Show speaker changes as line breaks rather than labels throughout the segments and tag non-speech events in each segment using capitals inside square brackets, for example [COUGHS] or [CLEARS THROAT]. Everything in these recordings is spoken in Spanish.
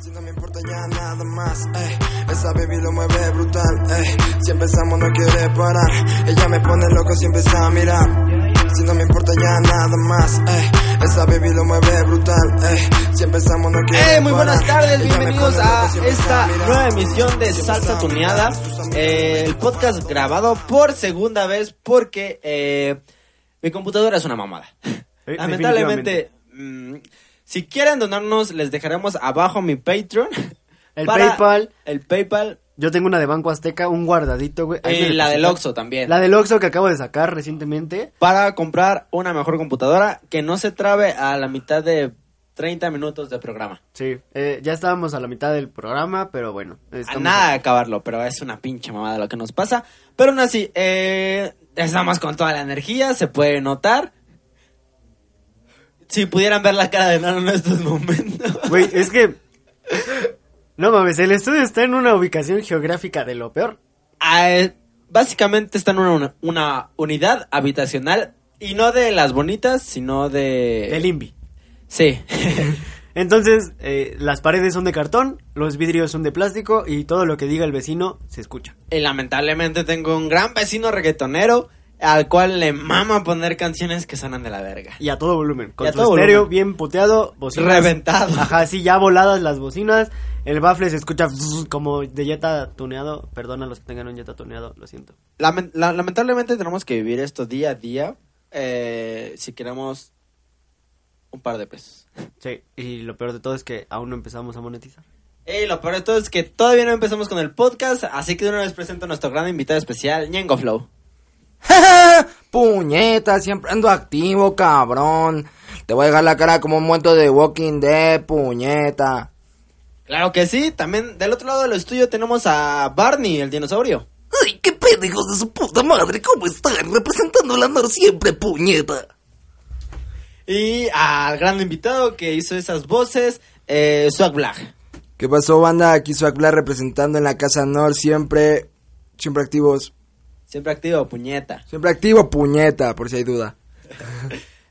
Si no me importa ya nada más, ey. Esa baby lo mueve brutal, ey. Si empezamos no quiere parar. Ella me pone loco si empieza a mirar. Si no me importa ya nada más, ey. Esa baby lo mueve brutal, ey. Si empezamos no quiere
Hey, Eh, muy buenas
parar.
tardes,
Ella me
bienvenidos
pone
a
loco si empieza
esta
mirar.
nueva emisión de
Si
Salsa
empieza a
Tuneada,
mirar, sus amigas
eh, el podcast grabado por segunda vez porque eh, mi computadora es una mamada.
Eh,
Lamentablemente, mm, si quieren donarnos, les dejaremos abajo mi Patreon.
El
para-
PayPal.
El PayPal
Yo tengo una de Banco Azteca, un guardadito, güey. Ahí
y
me
Eh, la del
deposito.
Oxxo también.
La del Oxxo que acabo de sacar recientemente.
Para comprar una mejor computadora que no se trabe a la mitad de 30 minutos de programa.
Sí, eh, ya estábamos a la mitad del programa, pero bueno.
A
estamos-
nada de acabarlo, pero es una pinche mamada lo que nos pasa. Pero aún así, eh, estamos con toda la energía, se puede notar. Si pudieran ver la cara de Nano en estos momentos.
[LAUGHS] Güey, es que... No mames, el estudio está en una ubicación geográfica de lo peor.
Ah, eh, básicamente está en una, una unidad habitacional y no de las bonitas, sino de...
El INVI.
Sí. [LAUGHS]
Entonces, eh, las paredes son de cartón, los vidrios son de plástico y todo lo que diga el vecino se escucha.
y lamentablemente tengo un gran vecino reggaetonero al cual le mama poner canciones que sonan de la verga.
Y a todo volumen. Con
Y a
su
todo
estéreo
volumen.
bien puteado, bocinas.
Reventado.
[LAUGHS] Ajá, sí, ya voladas las bocinas. El bafle se escucha [LAUGHS] zzz, como de Jetta tuneado. Perdón a los que tengan un Jetta tuneado, lo siento.
Lamen- la- lamentablemente tenemos que vivir esto día a día eh, si queremos un par de pesos.
Sí, y lo peor de todo es que aún no empezamos a monetizar.
Y lo peor de todo es que todavía no empezamos con el podcast, así que de una vez presento a nuestro gran invitado especial, Ñengo Flow.
[LAUGHS] Puñeta, siempre ando activo, cabrón. Te voy a dejar la cara como un muerto de Walking Dead, puñeta.
Claro que sí, también del otro lado del estudio tenemos a Barney, el dinosaurio.
¡Ay, qué pendejos de su puta madre! ¿Cómo están? Representando al andar siempre, puñeta.
Y al gran invitado que hizo esas voces, eh, Swag Black.
¿Qué pasó, banda? Aquí su Black representando en la Casa Nor, siempre, siempre activos.
Siempre activo, puñeta.
Siempre activo, puñeta, por si hay duda.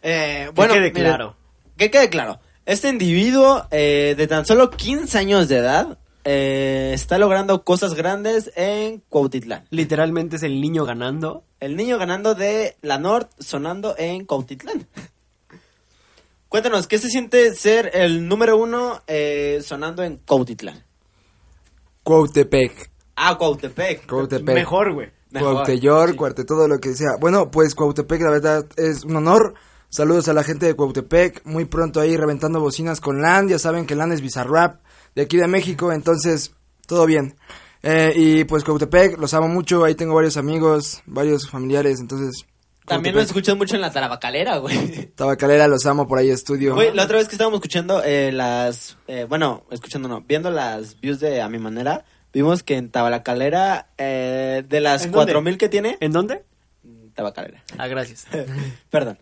Eh, bueno,
quede
miren,
claro.
que quede claro. Este individuo eh, de tan solo 15 años de edad eh, está logrando cosas grandes en Cuautitlán.
Literalmente es el niño ganando.
El niño ganando de la Nord sonando en Cuautitlán. Cuéntanos, ¿qué se siente ser el número uno eh, sonando en Cuautitlán?
Cuautepec.
Ah, Cuautepec.
Cuautepec.
Mejor, güey.
Mejor.
Cuauteyor, Cuarte, todo lo que sea. Bueno, pues Cuautepec, la verdad, es un honor. Saludos a la gente de Cuautepec. Muy pronto ahí reventando bocinas con Land. Ya saben que Land es Bizarrap de aquí de México, entonces todo bien. Eh, y pues Cuautepec, los amo mucho. Ahí tengo varios amigos, varios familiares, entonces.
También lo
Cuautepec.
escuchas mucho en la tarabacalera, güey.
Tabacalera, los amo por ahí, estudio.
Güey, la otra vez que estábamos escuchando eh, las. eh, bueno, escuchando no, viendo las views de A Mi Manera, vimos que en Tabacalera, eh, de las
¿En dónde?
4000 que tiene.
¿En dónde?
Tabacalera.
Ah, gracias.
Perdón.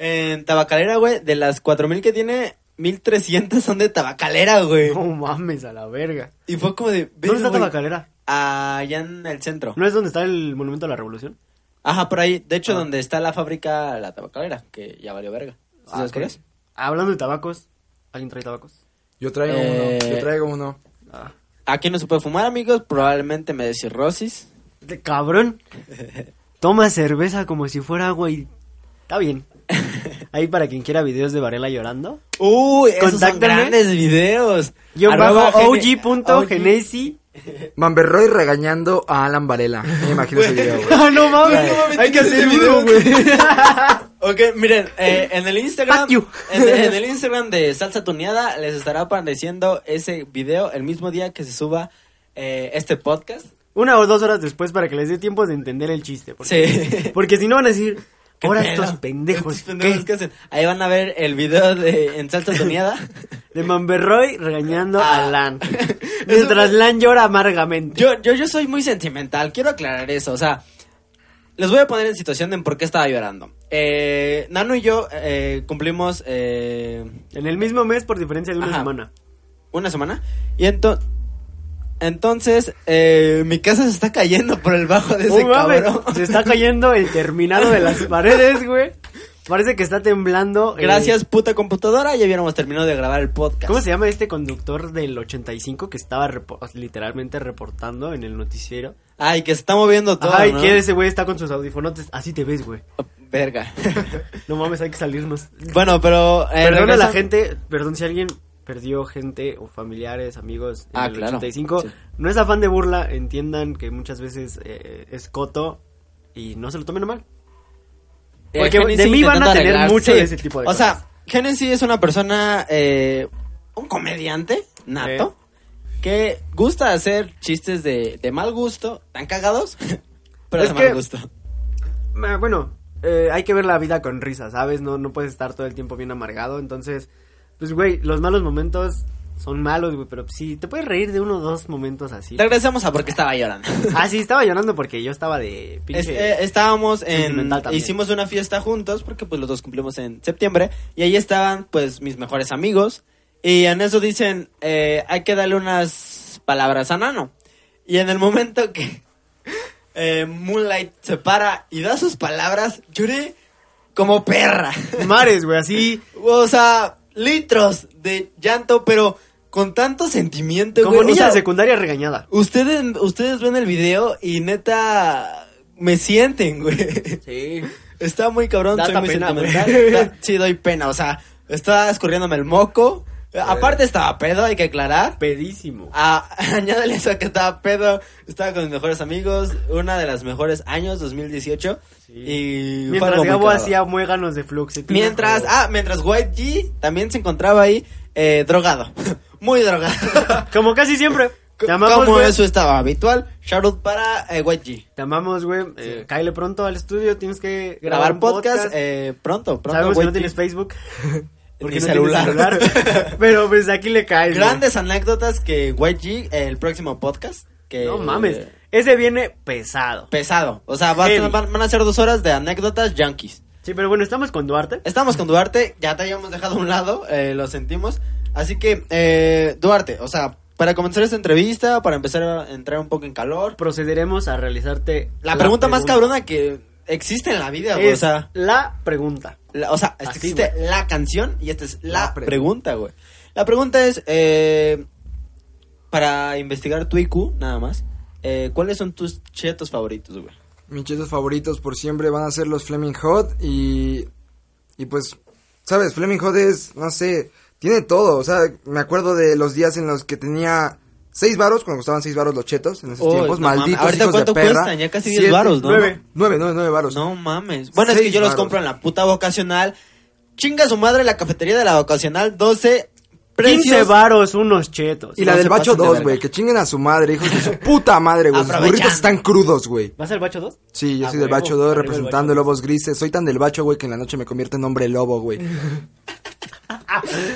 En Tabacalera, güey, de las 4000 que tiene, 1300 son de Tabacalera, güey.
[LAUGHS] No mames, a la verga.
Y fue como de.
¿Dónde
verga,
está
güey,
Tabacalera?
Allá en el centro.
¿No Ah. es donde está el Monumento a la Revolución?
Ajá, por ahí. De hecho, donde está la fábrica, la Tabacalera, que ya valió verga. ¿Sí
Ah,
¿Sabes
ok.
cuál es?
Hablando de tabacos, ¿alguien trae tabacos?
Yo traigo
Eh,
uno, yo traigo uno.
Ah.
Aquí no se puede fumar, amigos. Probablemente me des cirrosis.
De cabrón. Toma cerveza como si fuera agua y... Está bien. Ahí para quien quiera videos de Varela llorando.
Uy, esos son
Contáctame.
grandes videos.
Yo
Arroba
bajo
gene-
OG.genesi.
Mamberroy regañando a Alan Varela. Me imagino ese video, güey.
Ah, no mames.
mames,
Hay que
ese
hacer
video,
video, güey.
Ok, miren, eh, en el Instagram,
Fuck you.
en, en el Instagram de Salsa Tuneada les estará apareciendo ese video el mismo día que se suba eh, este podcast.
Una o dos horas después para que les dé tiempo de entender el chiste. Porque,
[LAUGHS] Sí.
porque si no van a decir,
¿Qué
ahora
pedo?
estos pendejos,
Estos pendejos,
¿qué?
¿qué hacen? Ahí van a ver el video de en Salsa Tuneada.
De Mamberroy regañando
Ah.
a Lan. Mientras Lan llora
[LAUGHS]
amargamente.
Yo, yo, yo soy muy sentimental, quiero aclarar eso, o sea, les voy a poner en situación de en por qué estaba llorando. Eh, Nano y yo eh, cumplimos eh,
En el mismo mes por diferencia de una
Ajá.
semana.
una semana y ento- entonces eh, mi casa se está cayendo por el bajo de ese
Oh, mames,
cabrón.
Se está cayendo el terminado de las paredes, güey. Parece que está temblando. eh,
Gracias, puta computadora. Ya hubiéramos terminado de grabar el podcast.
¿Cómo se llama este conductor del 85 que estaba repo- literalmente reportando en el noticiero?
Ay, que se está moviendo todo.
Ay,
¿no?
que ese güey está con sus audífonotes. Así te ves, güey.
Verga. [LAUGHS]
No mames, hay que salirnos.
bueno, pero. eh,
Perdón a la
regresa-
gente, perdón si alguien perdió gente o familiares, amigos en
Ah,
el
claro,
85.
sí.
No es afán de burla, entiendan que muchas veces eh, es coto y no se lo tomen a mal.
Eh,
Porque
Genesis
de mí van
intentando
a tener
arreglar,
mucho
sí.
de ese tipo de
O
cosas.
sea, Genesis es una persona, eh, un comediante nato, que gusta hacer chistes de, de mal gusto, tan cagados, [LAUGHS] pero
Es
de
que-
mal gusto.
Ah, Bueno, eh, hay que ver la vida con risa, ¿sabes? No, no puedes estar todo el tiempo bien amargado. Entonces, pues, güey, los malos momentos son malos, güey. Pero sí, te puedes reír de uno o dos momentos así.
Regresamos a porque estaba llorando.
Ah, sí, estaba llorando porque yo estaba de pinche.
Es- eh, estábamos en
sentimental también.
hicimos una fiesta juntos porque pues los dos cumplimos en septiembre y ahí estaban pues mis mejores amigos y en eso dicen eh, hay que darle unas palabras a Nano y en el momento que [LAUGHS] eh, Moonlight se para y da sus palabras lloré como perra [LAUGHS]
Mares, güey, así.
o sea litros de llanto pero con tanto sentimiento
Como
güey. O
niña
sea,
de secundaria regañada.
ustedes ustedes ven el video y neta me sienten güey
Sí.
Está muy cabrón,
Da
soy
hasta
muy
pena,
sentimental.
güey.
Da- [LAUGHS] sí, doy pena, o sea, está escurriéndome el moco. Eh, Aparte estaba pedo, hay que aclarar.
Pedísimo.
Ah, [LAUGHS] añádale eso a que estaba pedo, estaba con mis mejores amigos, una de las mejores años, 2018. Y fue
Mientras
algo muy
Gabo
cagado.
hacía muéganos de flux.
Mientras, ah, mientras White G también se encontraba ahí eh, drogado, [LAUGHS] muy drogado. ah,
Como casi siempre. [LAUGHS] Te amamos,
Como
güey.
eso estaba habitual, shoutout para eh, White G.
Te amamos, güey. Eh, cáele pronto al estudio. Tienes que
Grabar
grabar, un
podcast,
podcast.
eh, pronto, pronto.
Sabemos que no
White G.
tienes
[LAUGHS]
Facebook. porque
Ni
no tienes
celular. [LAUGHS]
celular, pero pues aquí le caes. güey.
Grandes anécdotas que YG, eh, el próximo podcast. Que,
No mames.
eh,
Ese viene pesado.
pesado. O sea, va a-
Heavy.
van, van a ser dos horas de anécdotas yankees.
Sí, pero bueno, estamos con Duarte.
Estamos con Duarte, ya te habíamos dejado a un lado, eh, lo sentimos. Así que, eh, Duarte, o sea, para comenzar esta entrevista, para empezar a entrar un poco en calor.
Procederemos a realizarte
La, pregunta, más cabrona que existe en la vida, güey,
es
o sea,
la pregunta.
la- o sea,
Así,
existe la canción y esta es la,
La pregunta.
pregunta, güey. La pregunta es, eh, para investigar tu IQ, nada más, eh, ¿cuáles son tus chetos favoritos, güey?
Mis chetos favoritos por siempre van a ser los Fleming Hot y. Y pues, ¿sabes? Fleming Hot es, no sé, tiene todo. O sea, me acuerdo de los días en los que tenía seis varos, cuando costaban seis varos los chetos en esos
Oh,
tiempos.
no mames.
malditos
Ahorita
hijos
cuánto
de perra.
cuestan, ya casi diez
Siete,
varos, ¿no?
Nueve, nueve, nueve, nueve varos.
No mames. Bueno, es que
Seis
yo los
varos.
compro en la puta vocacional. Chinga su madre la cafetería de la vocacional 12 precios.
15 varos, unos chetos.
Y la
No
del
se
Bacho
pasen de
2,
verga.
güey, que chinguen a su madre, hijos
[LAUGHS]
de su puta madre, güey. Sus
Aprovechando.
burritos están crudos, güey.
¿Vas al bacho 2?
Sí, yo
Ah,
soy del
huevo,
Bacho 2
arriba el
representando
Bacho
lobos grises. Soy tan del Bacho, güey, que en la noche me convierto en hombre lobo, güey.
Eh,
No,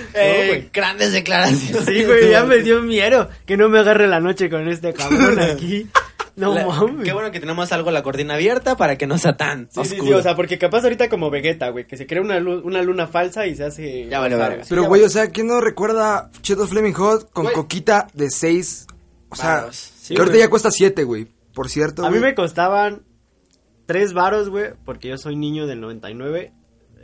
güey.
grandes declaraciones.
Sí,
[LAUGHS]
güey, ya me dio miedo que no me agarre la noche con este cabrón aquí. No
La-
mames.
Qué bueno que tenemos algo la cortina abierta para que no sea tan
Sí, sí,
oscuro.
sí, o sea, porque capaz ahorita como Vegeta, güey, que se crea una, lu- una luna falsa y se hace...
Ya vale, verga.
Pero, güey, o sea, ¿quién no recuerda Chetos Fleming Hot con
Güey.
coquita de 6? O sea,
Varos.
Sí,
que ahorita
güey.
ya cuesta 7, güey. Por cierto,
A mí
güey.
me costaban tres varos, güey, porque yo soy niño del 99.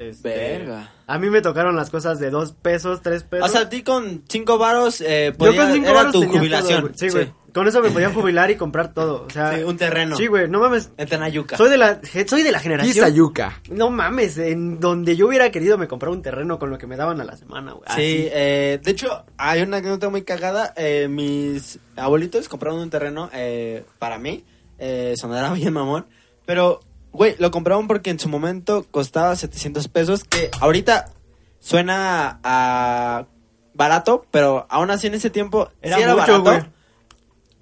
Este,
Verga.
A mí me tocaron las cosas de dos pesos, tres
O
pesos.
sea, a ti con cinco varos eh,
yo
podía-
con cinco
era
varos
tu
tenía todo,
jubilación.
güey. sí, güey. Con eso me podía jubilar y comprar todo, o sea...
Sí, un terreno.
Sí, güey, no mames.
En Tenayuca.
Soy de la, ge- soy de la generación...
Pizza yuca.
No mames, en donde yo hubiera querido me compraba un terreno con lo que me daban a la semana, güey.
Sí,
Así.
eh, de hecho, hay una anécdota muy cagada. eh, mis abuelitos compraron un terreno eh, para mí. Eh, sonará [LAUGHS] bien mamón. Pero, güey, lo compraron porque en su momento costaba 700 pesos. Que ahorita suena a barato, pero aún así en ese tiempo sí era,
Era
barato.
mucho, güey.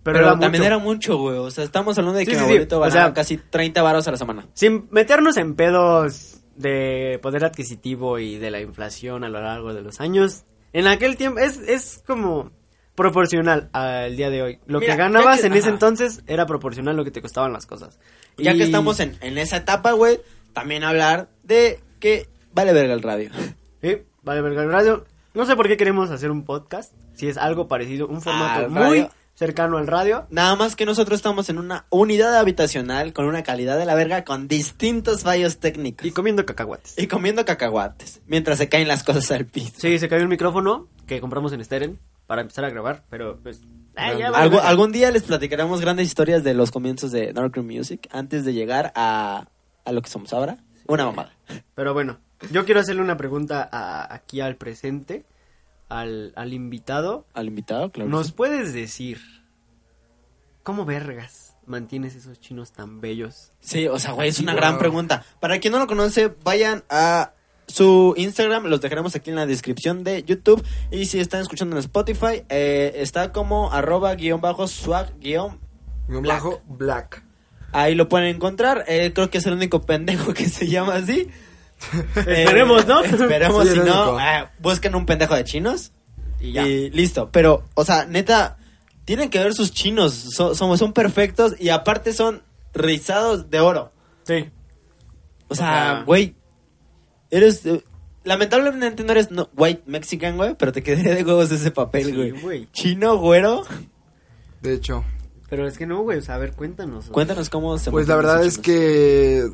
Pero,
era
también
mucho.
era mucho, güey. O sea, estamos hablando de
Sí,
que
sí,
mi
sí.
abuelito
O
ganaba
sea-
casi 30 varos a la semana.
Sin meternos en pedos de poder adquisitivo y de la inflación a lo largo de los años, en aquel tiempo es, es como proporcional al día de hoy. Lo
Mira,
que ganabas
ya que-
en ese
ajá.
entonces era proporcional a lo que te costaban las cosas.
Ya
Y-
que estamos en, en esa etapa, güey, también hablar de que vale verga el radio. [LAUGHS]
Sí, vale, verga, el radio. No sé por qué queremos hacer un podcast, si es algo parecido, un formato
Al radio.
muy cercano al radio.
Nada más que nosotros estamos en una unidad habitacional con una calidad de la verga con distintos fallos técnicos.
Y comiendo cacahuates.
Y comiendo cacahuates mientras se caen las cosas al piso.
Sí, se cayó un micrófono que compramos en Steren para empezar a grabar, pero pues... ah, ya vale
Algu-
verga.
algún día les platicaremos grandes historias de los comienzos de Darkroom Music antes de llegar a, a lo que somos ahora. Una mamada.
Pero bueno, yo quiero hacerle una pregunta a- aquí al presente, al, al invitado.
Al invitado, claro. que
¿Nos
sí.
puedes decir cómo vergas mantienes esos chinos tan bellos?
Sí, o sea, güey, es una
Wow.
gran pregunta. Para quien no lo conoce, vayan a su Instagram, los dejaremos aquí en la descripción de YouTube. Y si están escuchando en Spotify, eh, está como arroba guión bajo swag guión.
Guión
Black.
bajo, black.
Ahí lo pueden encontrar. Eh, creo que es el único pendejo que se llama así. Eh,
Esperemos, ¿no?
Esperemos,
Sí,
si
el
no,
único.
ah, busquen un pendejo de chinos
Y
y,
ya.
listo. Pero, o sea, neta, tienen que ver sus chinos. Son, son, son perfectos y aparte son rizados de oro.
Sí.
O
sea,
sea, güey, eres... eh, lamentablemente no eres no, white mexican, güey, pero te quedaría de huevos ese papel,
Sí,
güey.
güey.
Chino, güero.
De hecho.
Pero es que no, güey. O sea, a ver, cuéntanos.
Cuéntanos cómo se
Pues la
montan
verdad
esos
es
chinos.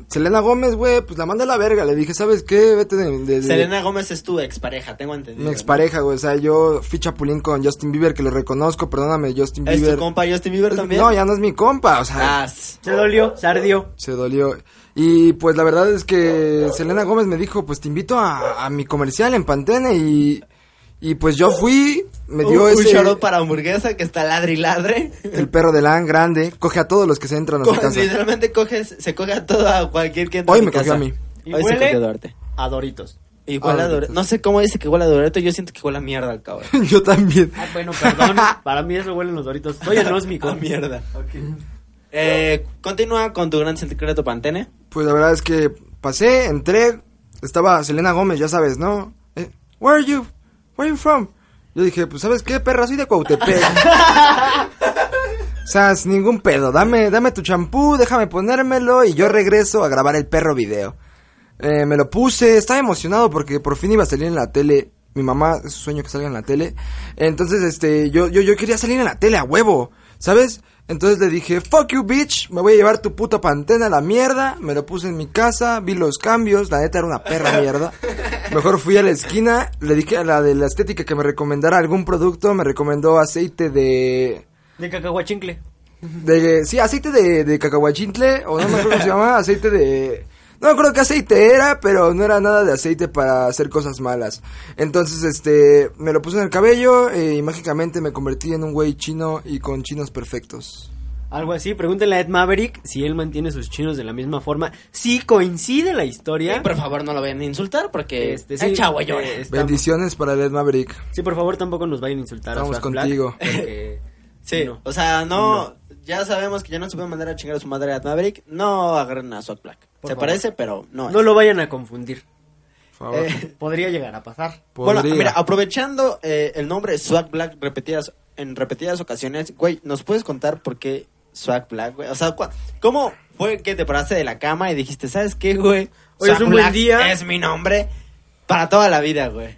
que Selena Gómez, güey, pues la manda a la verga. Le dije, ¿sabes qué? Vete de... de- de-
Selena Gómez es tu expareja, tengo entendido.
eh, Mi expareja, güey. O sea, yo fui chapulín con Justin Bieber, que lo reconozco. Perdóname, Justin
¿no? ¿Es
Bieber.
tu compa Justin Bieber también?
No, ya no es mi compa. O sea,
Ah, s-
Se dolió, se ardió.
se dolió. Y pues la verdad es que Selena Gómez me dijo, pues te invito a, a mi comercial en Pantene y, y pues yo fui, me dio
un, un
ese...
shoutout para hamburguesa que está ladri ladre.
El perro de Lan grande, coge a todos los que se entran a su
Co-
casa.
Literalmente coges, se coge a todo a cualquier que entra
Hoy
a tu
me cogió
casa.
a mí. Ah,
Y
Hoy se
huele-
cogió a Duarte.
A Doritos.
Y huele a
Ahorita.
Duarte. No sé cómo dice que huele a Duarte, yo siento que huele a mierda al cabrón.
[LAUGHS] yo también.
Ah, [LAUGHS] bueno, perdón. Para mí eso huelen los Doritos. Soy anósmico.
Ah, mierda. Eh, continúa con tu gran secreto Pantene.
Pues la verdad es que pasé, entré, estaba Selena Gómez, ya sabes, ¿no? Eh, Where are you? Where are you from? Yo dije, pues ¿sabes qué, perra? Soy de Cuautepec. o sea, sin ningún pedo, dame, dame tu champú, déjame ponérmelo y yo regreso a grabar el perro video. Eh, me lo puse, estaba emocionado porque por fin iba a salir en la tele. Mi mamá es su sueño que salga en la tele. Entonces, este, yo, yo, yo quería salir en la tele a huevo, ¿sabes? Entonces le dije, fuck you, bitch, me voy a llevar tu puta pantena a la mierda. Me lo puse en mi casa, vi los cambios, la neta era una perra mierda. Mejor fui a la esquina, le dije a la de la estética que me recomendara algún producto, me recomendó aceite de...
De cacahuachincle.
De, sí, aceite de, de cacahuachintle, o no me acuerdo cómo
[LAUGHS]
se llama, aceite de... No me acuerdo qué aceite era, pero no era nada de aceite para hacer cosas malas. Entonces, este, me lo puse en el cabello eh, y mágicamente me convertí en un güey chino y con chinos perfectos.
Algo así. Pregúntenle a Ed Maverick si él mantiene sus chinos de la misma forma. Si coincide la historia.
Y por favor no lo vayan a insultar porque
Este, sí,
el chavo llora.
eh, estamos-
Bendiciones para Led Maverick.
Sí, por favor, tampoco nos vayan a insultar. a
Estamos
Flash Black,
contigo.
[LAUGHS] porque-
sí,
no.
o sea, no, ya sabemos que ya no se puede mandar a chingar a su madre a Maverick. No agarren a Swag Black.
Por
se
favor.
parece, pero no.
No lo vayan a confundir.
Por favor.
Eh,
[LAUGHS] Podría llegar a pasar.
bueno,
Podría.
mira, aprovechando eh, el nombre Swag Black repetidas, en repetidas ocasiones, güey, ¿nos puedes contar por qué Swag Black, güey? O sea, cua- ¿cómo fue que te paraste de la cama y dijiste, ¿sabes qué, güey?
Hoy es un buen día".
Es mi nombre para toda la vida, güey.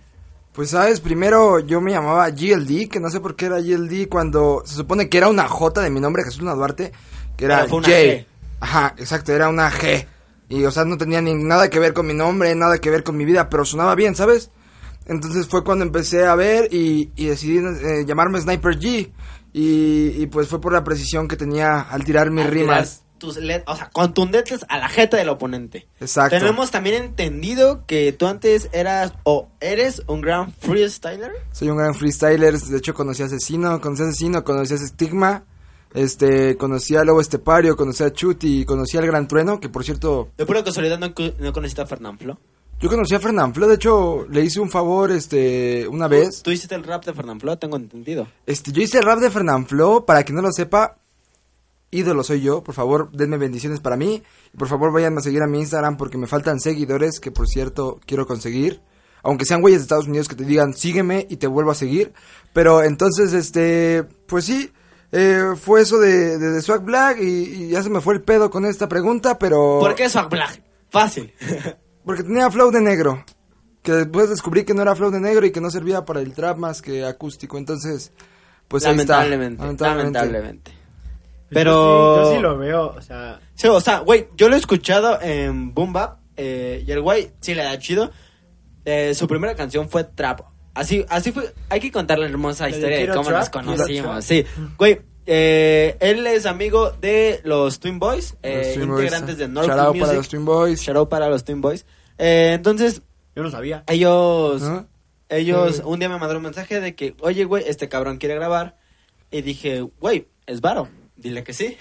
Pues sabes, primero yo me llamaba GLD, que no sé por qué era GLD cuando se supone que era una J de mi nombre, Jesús Luna Duarte, que era
Pero fue una
J.
G.
Ajá, exacto, era una G. Y o sea, no tenía ni nada que ver con mi nombre, nada que ver con mi vida, pero sonaba bien, ¿sabes? Entonces fue cuando empecé a ver y, y decidí eh, llamarme Sniper G. Y, y, pues fue por la precisión que tenía al tirar mis
Al
rimas.
tirar Tus let- o sea, contundentes a la jeta del oponente.
Exacto.
Tenemos también entendido que tú antes eras o eres un gran freestyler.
Soy un gran freestyler, de hecho conocí a Asesino, conocí a Asesino, conocí a Stigma, este, conocí a Lobo Estepario, conocí a Chuti, conocí al Gran Trueno, que por cierto,
De pura casualidad no, cu- no conociste a Fernán Flo.
yo conocí a Fernán Flo, de hecho, le hice un favor, este, una vez,
Tú hiciste el rap de Fernán Flo, tengo entendido.
este, yo hice el rap de Fernán Flo, para quien no lo sepa, ídolo soy yo, por favor, denme bendiciones para mí, y por favor vayan a seguir a mi Instagram, porque me faltan seguidores, que por cierto, quiero conseguir, aunque sean güeyes de Estados Unidos que te digan, sígueme y te vuelvo a seguir, pero entonces, este, pues sí, eh, fue eso de, de, de Swag Black, y, y ya se me fue el pedo con esta pregunta, pero...
¿Por qué Swag Black? Fácil.
Porque tenía flow de negro. Que después descubrí que no era flow de negro y que no servía para el trap más que acústico. Entonces, pues ahí está.
lamentablemente, lamentablemente.
Yo sí,
Pero...
yo sí lo veo, o sea.
Sí, o sea, güey, yo lo he escuchado en Boom Bap eh, y el güey sí le da chido. Eh, su primera canción fue Trap. Así, así fue. Hay que contar la hermosa
La de
historia de
Quiero
cómo
Trap,
nos
Quiero
conocimos. Sí, güey, eh, él es amigo de los Twin Boys, eh,
Los Twin Boys,
integrantes
eh.
de North
Shout out
Music.
para los Twin Boys.
Shout out para los Twin Boys. Eh, entonces,
Yo no sabía.
ellos,
¿Ah?
ellos,
Sí.
un día me mandaron un mensaje de que, oye, güey, este cabrón quiere grabar. Y dije, güey, es varo, dile que sí.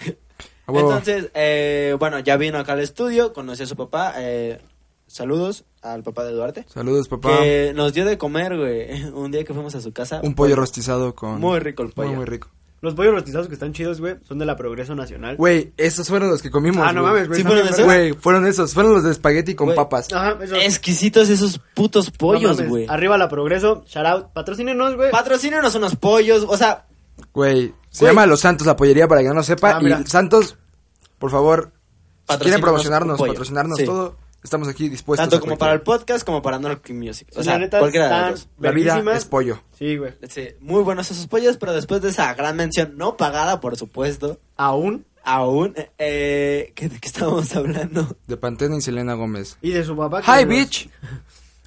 A huevo.
Entonces, eh, bueno, ya vino acá al estudio, conocí a su papá. eh, saludos al papá de Duarte.
Saludos, papá.
Que nos dio de comer, güey, [LAUGHS] un día que fuimos a su casa.
Un pollo rostizado con...
Muy rico el pollo.
Muy, muy rico.
Los pollos rostizados que están chidos, güey, son de la Progreso Nacional.
Güey, esos fueron los que comimos.
Ah, no mames, güey.
Sí,
no
fueron
mames,
de
güey.
Güey, fueron esos. Fueron los de espagueti con
Güey. Ah,
papas.
Ajá, esos-
Exquisitos esos putos
no
pollos,
mames.
güey.
Arriba la Progreso, shout out. Patrocínenos, güey.
Patrocínenos unos pollos, o sea,
Güey, se
Güey.
llama Los Santos la pollería para que no lo sepa.
Ah, mira.
y Santos, por favor, si
Patrocínanos
quieren promocionarnos,
un pollo.
patrocinarnos
Sí.
todo, estamos aquí dispuestos.
tanto
a
como
cualquier-
para el podcast como para North Music. O
La
sea,
neta,
cualquiera de
están-
los dos.
La vida
verguísimas.
es pollo.
Sí, güey.
Sí, muy buenos esos pollos, pero después de esa gran mención no pagada, por supuesto,
Aún.
aún, eh, ¿qué- ¿de qué estábamos hablando?
De Pantene y Selena Gómez.
Y de su
Ah,
papá. que
Hi,
[LAUGHS]
nos-
bitch.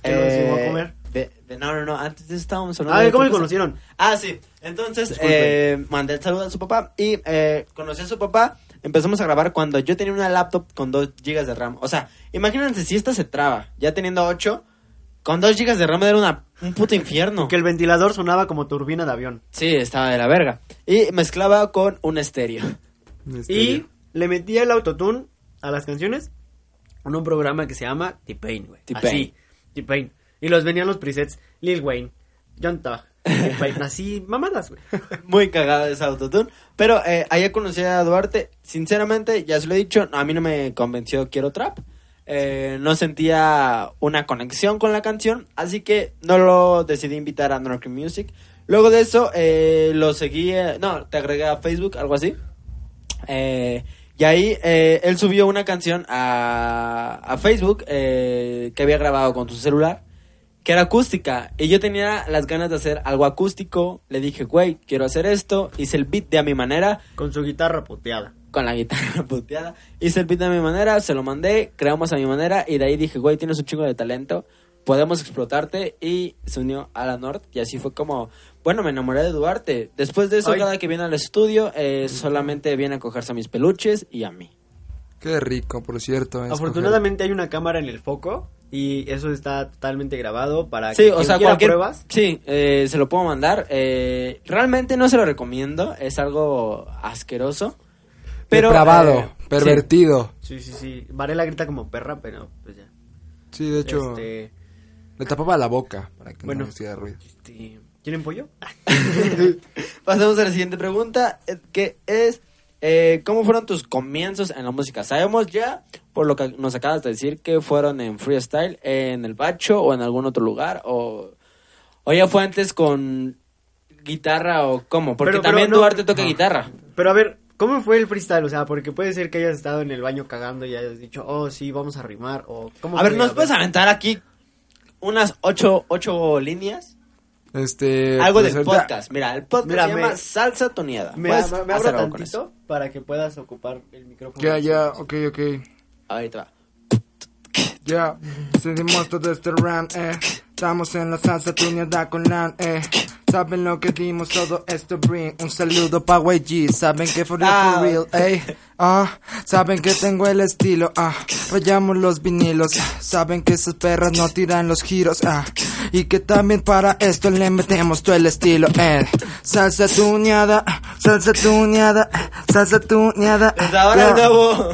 que nos llevó a comer.
Eh, De, de- no, no, no, antes de eso estábamos hablando.
Ah,
de
¿cómo
otra
se
cosa.
conocieron?
Ah, sí. Entonces,
Disculpen.
eh, mandé el saludo a su papá y eh, conocí a su papá. Empezamos a grabar cuando yo tenía una laptop con 2 GB de RAM. O sea, imagínense si esta se traba, ya teniendo 8, con 2 GB de RAM era una, un puto infierno.
[LAUGHS] Que el ventilador sonaba como turbina de avión.
Sí, estaba de la verga. Y mezclaba con un estéreo.
Este,
Y le metía el autotune a las canciones en un programa que se llama T-Pain, güey.
T-Pain.
Así, T-Pain. Y los venían los presets Lil Wayne, John Tug,
[LAUGHS]
T-Pain, así mamadas, güey.
Muy cagada esa autotune. Pero eh, allá conocí a Duarte. Sinceramente, ya se lo he dicho, a mí no me convenció Quiero Trap. Eh, no sentía una conexión con la canción, así que no lo decidí invitar a North Music. Luego de eso, eh, lo seguí, eh, no, te agregué a Facebook, algo así. Eh, y ahí eh, él subió una canción a, a Facebook eh, que había grabado con su celular, que era acústica. Y yo tenía las ganas de hacer algo acústico. Le dije, güey, quiero hacer esto. Hice el beat de a mi manera,
Con su guitarra puteada.
con la guitarra [LAUGHS] puteada. Hice el beat de a mi manera, se lo mandé, creamos a mi manera. Y de ahí dije, güey, tienes un chingo de talento, podemos explotarte. Y se unió a la North. Y así fue como, bueno, me enamoré de Duarte. Después de eso,
Ay.
cada que viene al estudio, eh, solamente viene a cogerse a mis peluches y a mí.
Qué rico, por cierto. es
Afortunadamente hay una cámara en el foco y eso está totalmente grabado para
Sí,
que
o
quien
sea,
quiera
cualquier...
pruebas.
Sí, eh, se lo puedo mandar. Eh, realmente no se lo recomiendo, es algo asqueroso.
coger.
Pero,
Depravado,
eh,
pervertido.
Sí, sí, sí. Varela grita como perra, pero pues ya.
Sí. de hecho,
Este,
le tapaba la boca para que
Bueno.
no hiciera ruido.
este, ¿Quieren pollo?
sí. Pasamos a la siguiente pregunta, eh, que es, eh, ¿cómo fueron tus comienzos en la música? Sabemos ya, por lo que nos acabas de decir, que fueron en freestyle, en el bacho o en algún otro lugar, o, o ya fue antes con guitarra o cómo, porque
Pero- pero
también
no-
Duarte toca
no.
guitarra.
Pero a ver, ¿cómo fue el freestyle? O sea, porque puede ser que hayas estado en el baño cagando y hayas dicho, oh, sí, vamos a rimar. O, ¿cómo
A ver,
fue?
¿nos puedes aventar aquí unas ocho, ocho líneas?
Este,
Algo
pues
del
ahorita-
podcast. Mira, el podcast
Mira,
se
me-
llama Salsa Toneada.
Me,
Puedes
me abro
hacer algo con eso.
tantito para que puedas ocupar el micrófono.
Ya, ya, ok, ok.
Ahí te va.
Ya, sentimos todo este round, eh. Estamos en la salsa tuneada con LAN, eh. Saben lo que dimos todo esto bring. Un saludo pa' YG. Saben que for real, for real, eh. Ah, saben que tengo el estilo, ah. Rayamos los vinilos. ah. Saben que esas perras no tiran los giros, ah. Y que también para esto le metemos todo el estilo, eh. Salsa tuneada, salsa tuneada, salsa tuneada.
Desde Pues ahora
Ya.
el nuevo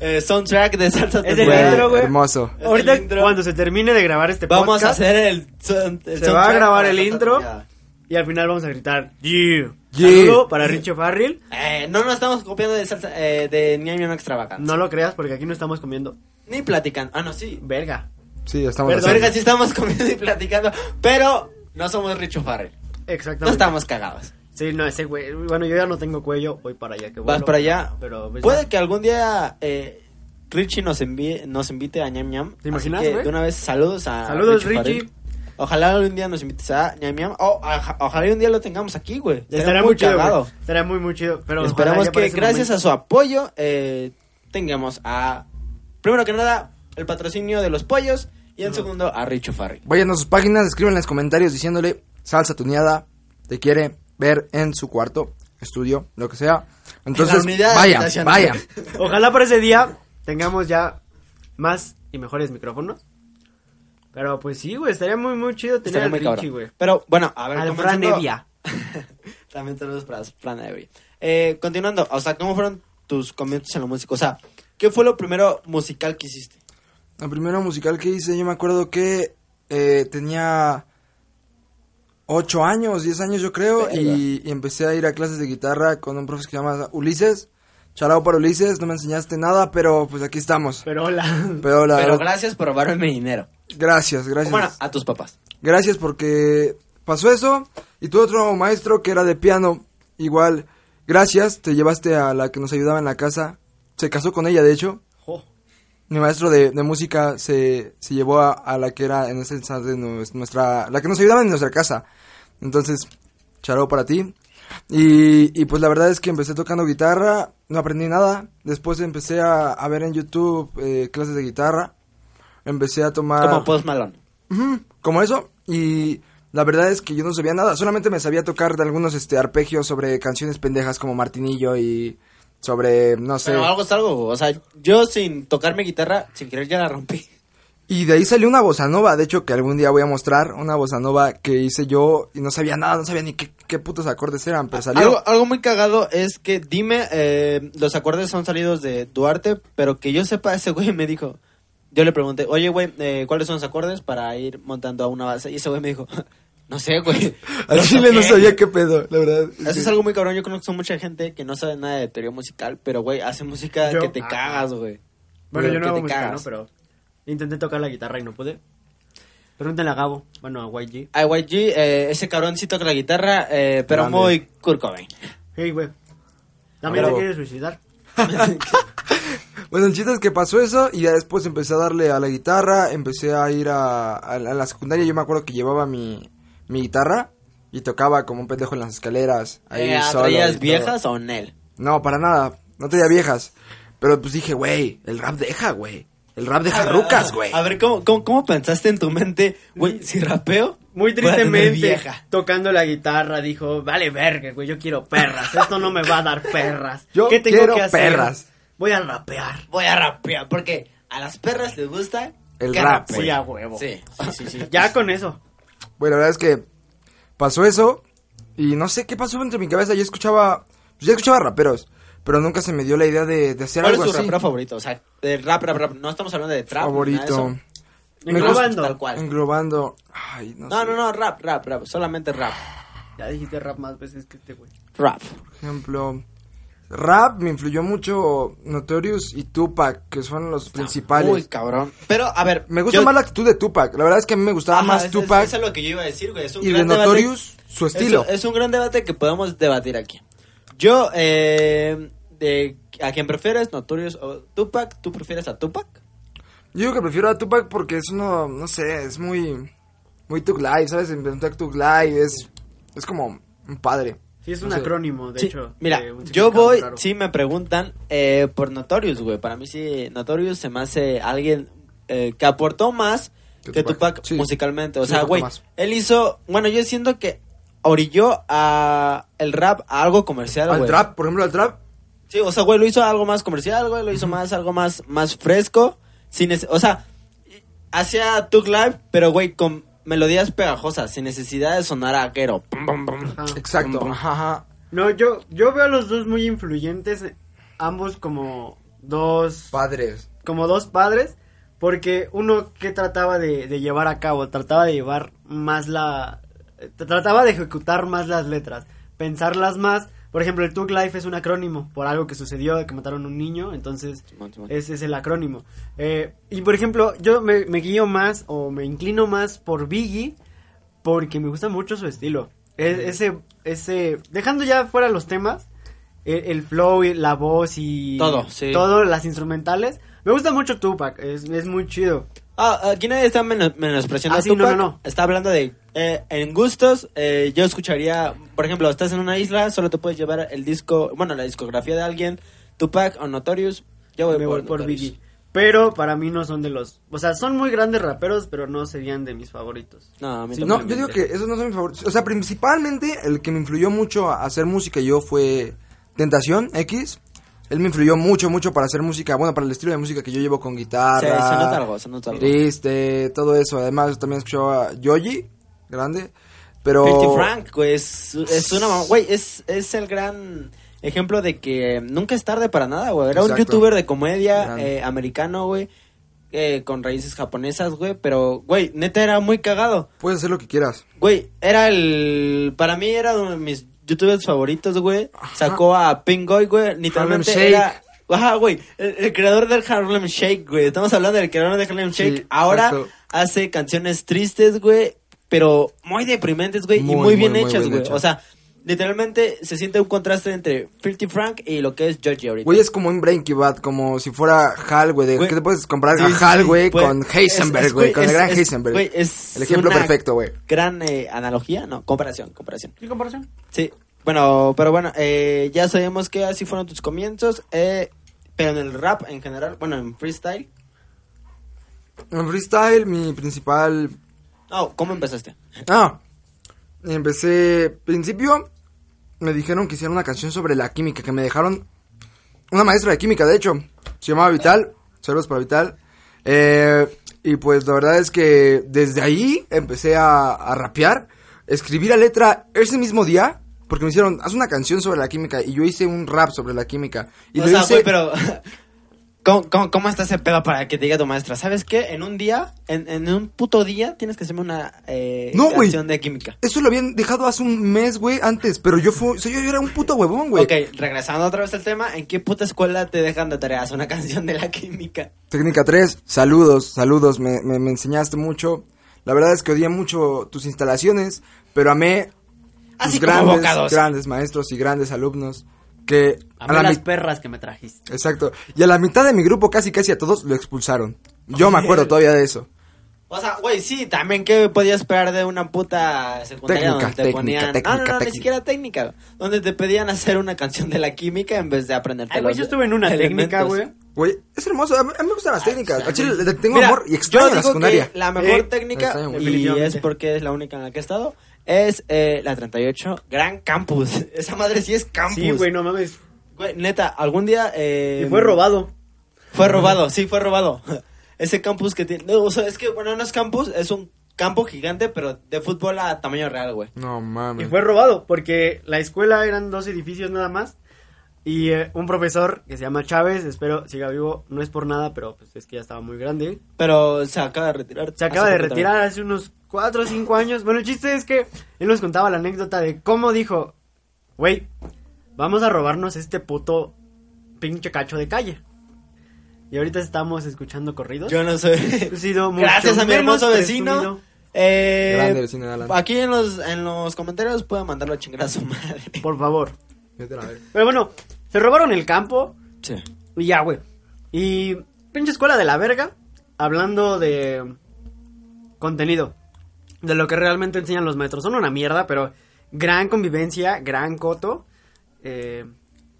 eh, soundtrack de Salsa
Es el
Güey,
Tuneada.
intro, güey.
Hermoso.
Es el
Ahorita,
intro.
cuando se termine de grabar este
Vamos a
podcast,
hacer el, son- el
se va a
soundtrack
grabar
de
el
Salsa
intro
Tuneada.
y al final vamos a gritar, yeah.
Yeah.
Saludo para Richo Farrell.
Eh, no nos estamos copiando de salsa, eh, de ni Año no extravagante.
No lo creas porque aquí no estamos comiendo
Ni platicando. Ah, no, sí.
verga.
Sí, estamos
Perdón,
haciendo-
Verga, sí estamos [LAUGHS] comiendo y platicando. Pero no somos Richo Farrell. No
Exactamente.
estamos cagados.
Sí, no, ese güey. Bueno, yo ya no tengo cuello, voy para allá. Que
Vas
vuelo.
para allá.
Pero, pues,
Puede
ya.
que algún día eh, Richie nos envíe, nos invite a ñam ñam.
¿Te
Así
imaginas,
que,
güey?
De una vez, saludos a.
Saludos,
Richie
Richie.
Farrell. Ojalá algún día nos invites a ñam ñam. O aja- ojalá un día lo tengamos aquí, güey.
Estará muy chido. güey. Estará muy, muy chido. Pero
Esperamos que gracias a su apoyo eh, tengamos a, primero que nada, el patrocinio de los pollos y en segundo a Richo Farri.
Vayan a sus páginas, escriban en los comentarios diciéndole salsa tuneada, te quiere ver en su cuarto, estudio, lo que sea. Entonces,
unidad
vayan,
habitacional.
vayan.
Ojalá para ese día tengamos ya más y mejores micrófonos. Pero pues sí, güey, estaría muy, muy chido tener
Estaría
al
muy
Richie,
cabrón.
güey.
Pero bueno, a ver.
Al Fran
comenzando-
Evia.
[LAUGHS] También tenemos para Fran Evia. Eh, continuando, o sea, ¿cómo fueron tus comienzos en la música? O sea, ¿qué fue lo primero musical que hiciste?
La primera musical que hice, yo me acuerdo que eh, tenía 8 años, 10 años yo creo, y, y empecé a ir a clases de guitarra con un profe que se llama Ulises. Charao para Ulises, no me enseñaste nada, pero pues aquí estamos.
Pero hola.
Pero la
Pero
verdad,
gracias por robarme mi dinero.
gracias, gracias.
Bueno, a tus papás.
Gracias porque pasó eso. Y tu otro maestro que era de piano, igual, gracias, te llevaste a la que nos ayudaba en la casa. Se casó con ella, de hecho.
Jo.
Mi maestro de, de música se, se llevó a, a la que era en ese instante nues- nuestra... La que nos ayudaba en nuestra casa. Entonces, charó para ti. Y, y pues la verdad es que empecé tocando guitarra, no aprendí nada. Después empecé a, a ver en YouTube eh, clases de guitarra. Empecé a tomar...
Como Post Malone.
Ujú, como eso. Y la verdad es que yo no sabía nada. Solamente me sabía tocar de algunos este, arpegios sobre canciones pendejas como Martinillo y sobre, no sé.
Pero algo es algo, güey. o sea, yo sin tocar mi guitarra, sin querer ya la rompí.
Y de ahí salió una bossa nova, de hecho, que algún día voy a mostrar. Una bossa nova que hice yo y no sabía nada, no sabía ni qué, qué putos acordes eran, pero salió.
Ah, Algo, algo muy cagado es que dime, eh, los acordes son salidos de Duarte, pero que yo sepa, ese güey me dijo, yo le pregunté, oye güey, eh, ¿cuáles son los acordes para ir montando a una base? Y ese güey me dijo, [LAUGHS] no sé
[LAUGHS]
güey.
Al
Los
chile no
toqué.
sabía qué pedo, la verdad.
Eso es algo muy cabrón, yo conozco mucha gente que no sabe nada de teoría musical, pero güey, hace música
Yo-
que te
ah.
cagas, güey.
Bueno,
Que
yo no
te
hago música,
cagas.
¿no? Pero intenté tocar la guitarra y no pude. Pregúntale a Gabo. Bueno, a YG.
IYG, eh, ese cabrón sí toca la guitarra, eh, pero
Grande.
muy Kurt Cobain.
Hey, güey. También te
Gabo.
quieres suicidar.
Bueno, Pues el chiste es que pasó eso y ya después empecé a darle a la guitarra, empecé a ir a, a la- a la secundaria, yo me acuerdo que llevaba mi, mi guitarra y tocaba como un pendejo en las escaleras, ahí
Eh,
solo. y
¿Atraías
todo.
viejas o Nel?
No, para nada, no tenía viejas, pero pues dije, güey, el rap deja, güey, el rap
Ah,
deja rucas, güey.
A ver, ¿cómo, cómo, cómo pensaste en tu mente, güey, si rapeo? voy
Muy
a tener
tristemente,
vieja?
tocando la guitarra, dijo, vale verga, güey, yo quiero perras, esto no me va a dar perras.
Yo
¿Qué tengo
quiero
que hacer?
perras.
Voy a rapear.
Voy a rapear, porque a las perras les gusta
El
que
rap,
rapeen.
güey.
Sí, a huevo.
Sí.
sí,
[LAUGHS]
sí. Ya con eso.
Bueno, la verdad es que pasó eso y no sé qué pasó entre mi cabeza, yo escuchaba, yo escuchaba raperos, pero nunca se me dio la idea de, de hacer
¿Cuál es
algo
tu
así.
rapero favorito? O sea, de rap, rap, rap. No estamos hablando de trap. ni nada de
favorito.
eso.
Me
Englobando.
gusta-
Tal cual.
Englobando. Ay, no,
No,
sé.
no, no, rap, rap, rap. Solamente rap.
Ya dijiste rap más veces que este güey.
Rap.
Por ejemplo, rap me influyó mucho Notorious y Tupac, que son los principales.
Uy, cabrón. Pero, a ver.
me gusta
yo-
más la actitud de Tupac. La verdad es que a mí me gustaba
Ajá,
más
es-
Tupac
Es, es lo que yo iba a decir, güey. Es un
y de
gran debate.
Notorious su
Es-
estilo.
Es, un gran debate que podemos debatir aquí. Yo, eh, de, ¿a quién prefieres? Notorious o Tupac. ¿Tú prefieres a Tupac?
Yo digo que prefiero a Tupac porque es uno, no sé, es muy muy Tupac Live, ¿sabes? Inventar Tupac Live es es como un padre.
Sí, es un
No sé.
acrónimo, de
Sí,
hecho.
mira,
de un
yo
significado
voy,
raro.
si me preguntan, eh, por Notorious, güey. Para mí sí, Notorious se me hace alguien eh, que aportó más
Que
que
Tupac.
Tupac,
Sí.
musicalmente. O
Sí,
sea,
aportó
güey,
más.
él hizo, bueno, yo siento que orilló a el rap a algo comercial,
Al
güey.
trap, por ejemplo, al trap.
Sí, o sea, güey, lo hizo algo más comercial, güey, lo hizo más, algo más, más fresco. Sin nece- o sea, hacía Tug Live, pero, güey, con melodías pegajosas, sin necesidad de sonar a guero. Pum, pum, pum.
Ajá.
Exacto. Ajá, ajá.
No, yo, yo veo a los dos muy influyentes, eh, ambos como dos
Padres.
como dos padres, porque uno que trataba de, de llevar a cabo, trataba de llevar más la... eh, trataba de ejecutar más las letras, pensarlas más. Por ejemplo, el Tug Life es un acrónimo por algo que sucedió, de que mataron a un niño, entonces
Simón, Simón.
ese es el acrónimo. Eh, y por ejemplo, yo me, me guío más o me inclino más por Biggie porque me gusta mucho su estilo. E- ese, ese, dejando ya fuera los temas, e- el, flow, y la voz y
Todo, sí.
todo, las instrumentales. Me gusta mucho Tupac, es, es muy chido.
Ah, aquí nadie está menos- menospreciando
Ah,
a
sí, no,
Tupac.
no, no.
Está hablando de. eh, en gustos, eh, yo escucharía. Por ejemplo, estás en una isla, solo te puedes llevar el disco. Bueno, la discografía de alguien. Tupac o Notorious. Yo voy
me
por,
voy por
Notorious.
Biggie. Pero para mí no son de los. O sea, son muy grandes raperos, pero no serían de mis favoritos.
No, a mí
Sí,
No,
tampoco.
yo digo que esos no son mis favoritos. O sea, principalmente el que me influyó mucho a hacer música yo fue Tentación X. Él me influyó mucho, mucho para hacer música, bueno, para el estilo de música que yo llevo con guitarra.
Se- se nota algo, se nota algo.
Triste, todo eso. Además, también escuchaba Yoji, grande. Pero.
50 Frank, güey, es, es una mamá. Güey, es, es el gran ejemplo de que nunca es tarde para nada, güey. Era un
Exacto.
youtuber de comedia
Grande.
eh, americano, güey. eh, con raíces japonesas, güey. Pero, güey, neta era muy cagado.
Puedes hacer lo que quieras.
Güey, era el. Para mí era uno de mis youtubers favoritos, güey. Sacó a Pingoy, güey. Literalmente
Harlem Shake.
era. Ajá, güey. El, el creador del Harlem Shake, güey. Estamos hablando del creador del Harlem Shake.
Sí,
Ahora
exacto.
hace canciones tristes, güey. Pero muy deprimentes, güey.
Muy,
y muy bien
muy, muy
hechas,
bien
güey.
hechas.
O sea, literalmente se siente un contraste entre Filthy Frank y lo que es Georgie ahorita.
Güey, es como un Breaking Bad, como si fuera Hal, güey. de-
Güey.
¿Qué te puedes comprar
Sí,
a
sí,
Hal,
sí,
güey,
pues,
con
es- es,
Heisenberg, güey? Con el gran
es-
Heisenberg.
güey, es
el ejemplo
una
perfecto, güey.
Gran eh, analogía, no, comparación, comparación.
¿Qué comparación?
Sí, bueno, pero bueno, eh, ya sabemos que así fueron tus comienzos, eh, pero en el rap en general, bueno, en freestyle,
En freestyle, mi principal
no, ¿cómo empezaste?
Ah, empecé. Principio, me dijeron que hiciera una canción sobre la química, que me dejaron una maestra de química, de hecho. Se llamaba Vital, saludos para Vital. Eh, y pues la verdad es que desde ahí empecé a, a rapear. Escribí la letra ese mismo día, porque me hicieron, haz una canción sobre la química. Y yo hice un rap sobre la química. Y
o
lo
sea,
hice-
güey, pero [LAUGHS] ¿cómo, cómo, cómo está ese pedo para que te diga tu maestra? ¿Sabes qué? En un día, en, en un puto día, tienes que hacerme una eh,
No, güey.
canción de química.
Eso lo habían dejado hace un mes, güey, antes. Pero yo, fui, o sea, yo era un puto huevón, güey.
Ok, regresando otra vez al tema, ¿en qué puta escuela te dejan de tareas una [LAUGHS] canción de la química?
Técnica 3, saludos, saludos, me, me- me enseñaste mucho. La verdad es que odié mucho tus instalaciones, pero amé tus
Así Ah, como
grandes,
bocados.
grandes maestros y grandes alumnos que
A
a la
las
mi-
perras que me trajiste.
exacto, y a la mitad de mi grupo casi casi a todos lo expulsaron. Yo me acuerdo todavía de eso.
O sea, güey, sí, también que podía esperar de una puta secundaria
Técnica,
donde te
técnica,
ponían.
técnica,
no, no, no, ni
técnica.
siquiera técnica. Donde te pedían hacer una canción de la química en vez de aprenderte
Ay, güey,
los
yo estuve en una técnica,
elementos.
güey.
Güey, es hermoso, a mí, a mí me gustan las técnicas. Al chile le tengo
Ah, Mira,
amor y extraño
yo
la
digo
secundaria.
que la mejor
Eh,
técnica,
extraño, güey.
y es
Definitivamente.
porque es la única en la que he estado, es eh, la 38 Gran Campus. [LAUGHS] Esa madre sí es campus.
Pues,
Sí, güey, no mames.
Güey, neta, algún día... eh,
Y
em,
fue robado.
Fue robado, sí, fue robado. [LAUGHS] Ese campus que tiene... No, o sea, es que, bueno, no es campus, es un campo gigante, pero de fútbol a tamaño real, güey.
No
Y
mames.
fue robado porque la escuela eran dos edificios nada más. Y eh, un profesor que se llama Chávez, espero siga vivo, no es por nada, pero pues es que ya estaba muy grande.
Pero se acaba de retirar.
Se acaba de
hace poco
retirar hace unos 4 o 5 años. Bueno, el chiste es que él nos contaba la anécdota de cómo dijo, güey, vamos a robarnos este puto pinche cacho de calle. Y ahorita estamos escuchando
también.
corridos.
Yo no
[LAUGHS]
sé.
He sido Pues mucho
Gracias a mi
menos
hermoso vecino.
presumido.
Eh,
Grande vecino de Alan.
Aquí en los, en los comentarios pueden mandarlo a chingar a su madre.
Por favor.
Vete a la verga.
Pero bueno, se robaron el campo
Sí.
y ya, güey. Y pinche escuela de la verga, hablando de contenido, de lo que realmente enseñan los maestros. Son una mierda, pero gran convivencia, gran coto. Eh,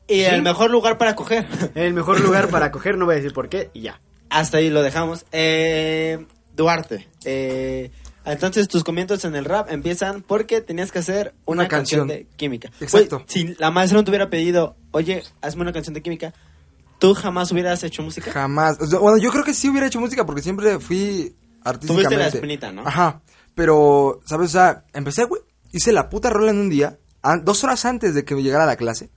Y
Sí.
el mejor lugar para coger. [LAUGHS]
El mejor lugar para coger, no voy a decir por qué, y ya.
Hasta ahí lo dejamos. Eh, Duarte. eh, entonces tus comienzos en el rap empiezan porque tenías que hacer una,
Una
canción.
canción.
de química.
Exacto.
Güey, si la maestra no te hubiera pedido, oye, hazme una canción de química, ¿tú jamás hubieras hecho música?
Jamás. O sea, bueno, yo creo que sí hubiera hecho música porque siempre fui artísticamente.
Tuviste la espinita, ¿no?
Ajá. Pero, ¿sabes? O sea, empecé, güey. Hice la puta rola en un día, an- dos horas antes de que me llegara a la clase.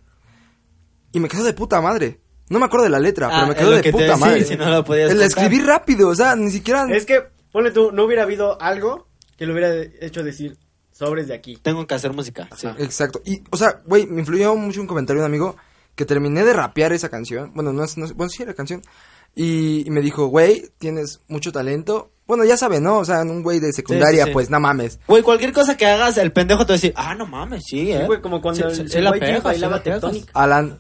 Y me quedó de puta madre. No me acuerdo de la letra,
Ah,
pero me
es
quedó
lo
de
que te
puta
decía,
madre.
si no lo podías
la
contar.
escribí rápido, o sea, ni siquiera.
Es que, ponle tú, no hubiera habido algo que lo hubiera hecho decir sobres de aquí.
Tengo que hacer música. Sí.
Exacto. Y, o sea, güey, me influyó mucho un comentario de un amigo que terminé de rapear esa canción. Bueno, no es, no es- bueno, sí era canción. Y, y me dijo, güey, tienes mucho talento. Bueno, ya sabe, ¿no? O sea, un güey de secundaria,
sí.
pues, no mames.
Güey, cualquier cosa que hagas, el pendejo te va a decir, ah, no mames, sí, eh.
güey, como cuando
Sí,
el-
sí,
el
la
güey que
pegas,
bailaba
sí la pegas.
Tectonic.
Alan,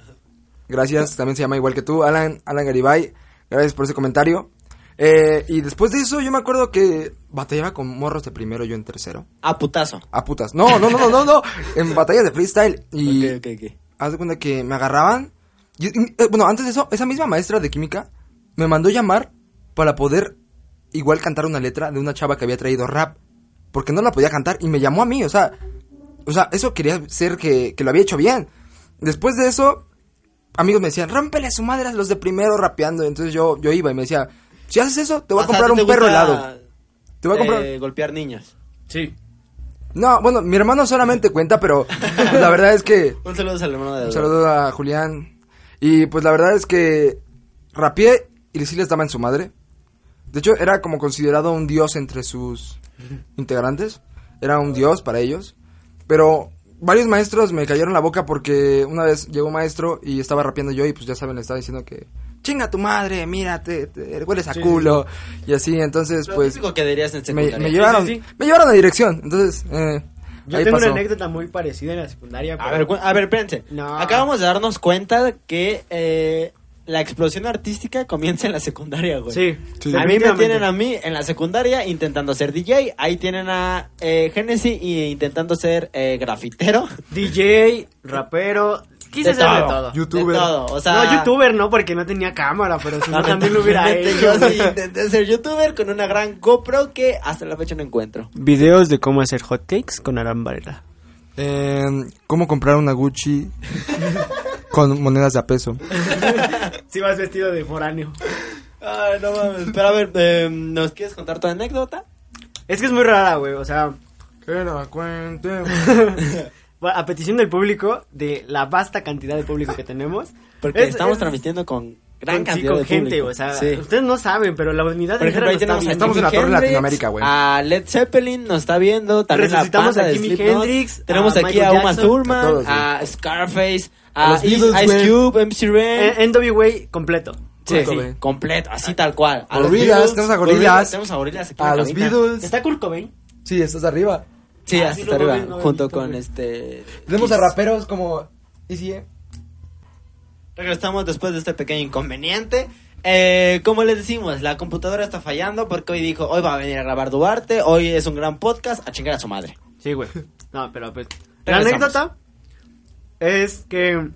gracias, también se llama igual que tú, Alan, Alan Garibay, gracias por ese comentario. Eh, y después de eso, yo me acuerdo que batallaba con morros de primero, yo en tercero.
A Ah, putazo.
A putas. No, no, no, no, no, no. En batallas de freestyle. Y
Ok, ok, ok.
haz de cuenta que me agarraban. y- y, eh, bueno, antes de eso, esa misma maestra de química me mandó llamar para poder igual cantar una letra de una chava que había traído rap. Porque no la podía cantar y me llamó a mí, o sea. O sea, eso quería ser que, que lo había hecho bien. Después de eso, amigos me decían, rómpele a su madre a los de primero rapeando. Entonces yo, yo iba y me decía, si haces eso, te voy a
O sea,
comprar
¿a ti
un
te
perro
gusta,
helado. Te voy a comprar...
eh, golpear niñas.
Sí.
No, bueno, mi hermano solamente cuenta, pero [LAUGHS] la verdad es que
Un saludo al hermano de
Un
Eduardo.
saludo a Julián. Y pues la verdad es que rapié y sí les daba en su madre. De hecho, era como considerado un dios
[LAUGHS]
entre sus integrantes. Era un dios para ellos. Pero varios maestros me cayeron la boca porque una vez llegó un maestro y estaba rapeando yo y pues ya saben, le estaba diciendo que... Chinga tu madre, mírate, te, hueles a culo. Y así, entonces
Lo
pues...
típico que dirías en
Me,
secundaria.
me llevaron,
Sí, sí, sí.
me llevaron a dirección. Entonces, eh,
Yo
ahí
tengo
pasó.
una anécdota muy parecida en la secundaria.
A
pero-
ver, cu- a ver, espérense.
No.
Acabamos de darnos cuenta que eh, la explosión artística comienza en la secundaria, güey.
Sí, sí.
A mí me
definitivamente.
tienen a mí en la secundaria intentando ser DJ. Ahí tienen a eh, Genesis y intentando ser eh, grafitero.
DJ, rapero. Quise
De
hacer de
todo.
todo.
Youtuber.
De todo, o sea,
no, youtuber no, porque no tenía cámara, pero si no también lo
[LAUGHS]
hubiera
lamentablemente
hecho. [LAUGHS]
Yo sí intenté ser youtuber con una gran GoPro que hasta la fecha no encuentro.
Videos de cómo hacer hotcakes con Aram Varela.
Eh, ¿Cómo comprar una [LAUGHS] Gucci con monedas de a peso?
Si vas vestido de foráneo.
Ay, no mames. Pero a ver, eh,
em,
¿nos quieres contar tu anécdota?
Es que es muy rara, güey. O sea,
Que la cuente.
a petición del público, de la vasta cantidad de público que tenemos.
Porque
es-
estamos
es-
transmitiendo con gran
con- sí,
cantidad
con
de
gente,
público.
o sea,
Sí.
ustedes no saben, pero la unidad
Por ejemplo,
entera
ahí
nos está
tenemos a
viendo.
Estamos en la
Jimi
Torre
Hendrix,
Latinoamérica, güey.
A Led Zeppelin nos está viendo, también la
Resucitamos
banda
a
de
Jimi
Slipknot.
Hendrix,
Tenemos
a
aquí
Michael
a Uma
Jackson.
Thurman,
A todos, sí.
a Scarface,
A
a,
los
Ice,
Beatles,
Ice
güey. Eh,
Cube, MC Ren.
En NWA completo.
Sí,
Kurt
sí,
Cobain.
completo, así tal cual. A los
Gorilas,
Beatles,
tenemos a Gorilas.
Tenemos a Gorilas aquí en
A
la
los
cabina.
Beatles.
Está Kurt Cobain.
Sí, estás arriba.
Sí,
Ah,
hasta
sí, no
arriba,
mames, no
junto
mames,
con
güey.
este...
Tenemos a
Kiss.
raperos como eh. ECE.
Regresamos después de este pequeño inconveniente. Eh, como les decimos, la computadora está fallando porque hoy dijo, hoy va a venir a grabar Duarte, hoy es un gran podcast, a chingar a su madre.
Sí, güey. [LAUGHS] No, pero pues. La
Regresamos.
anécdota es que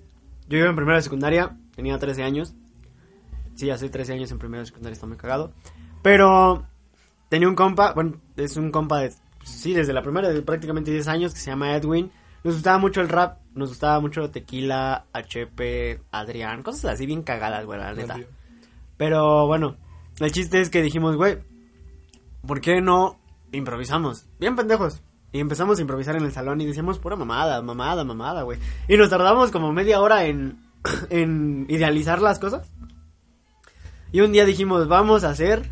yo iba en primera de secundaria, tenía 13 años. Sí, hace 13 años en primera de secundaria, está muy cagado. Pero tenía un compa, bueno, es un compa de. Sí, desde la primera, de prácticamente 10 años, que se llama Edwin. Nos gustaba mucho el rap, nos gustaba mucho Tequila, HP, Adrián, cosas así bien cagadas, güey, la neta. Pero bueno, el chiste es que dijimos, güey, ¿por qué no improvisamos? Bien pendejos. Y empezamos a improvisar en el salón y decíamos pura mamada, mamada, mamada, güey. Y nos tardamos como media hora en, [COUGHS] en idealizar las cosas. Y un día dijimos, vamos a hacer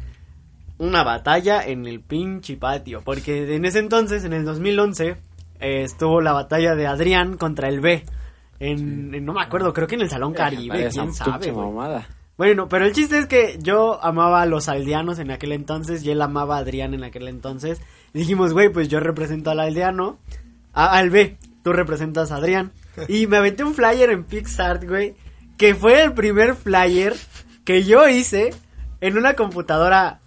una batalla en el pinche patio. Porque en ese entonces, en el 2011, eh, estuvo la batalla de Adrián contra el B. En, en- no me acuerdo, creo que en el Salón Caribe,
Vaya,
quién
esa
sabe,
pinche
güey.
mamada.
Bueno, pero el chiste es que yo amaba a los aldeanos en aquel entonces y él amaba a Adrián en aquel entonces. Y dijimos, güey, pues yo represento al aldeano, a- al B, tú representas a Adrián. Y me aventé un flyer en PixArt, güey, que fue el primer flyer que yo hice en una computadora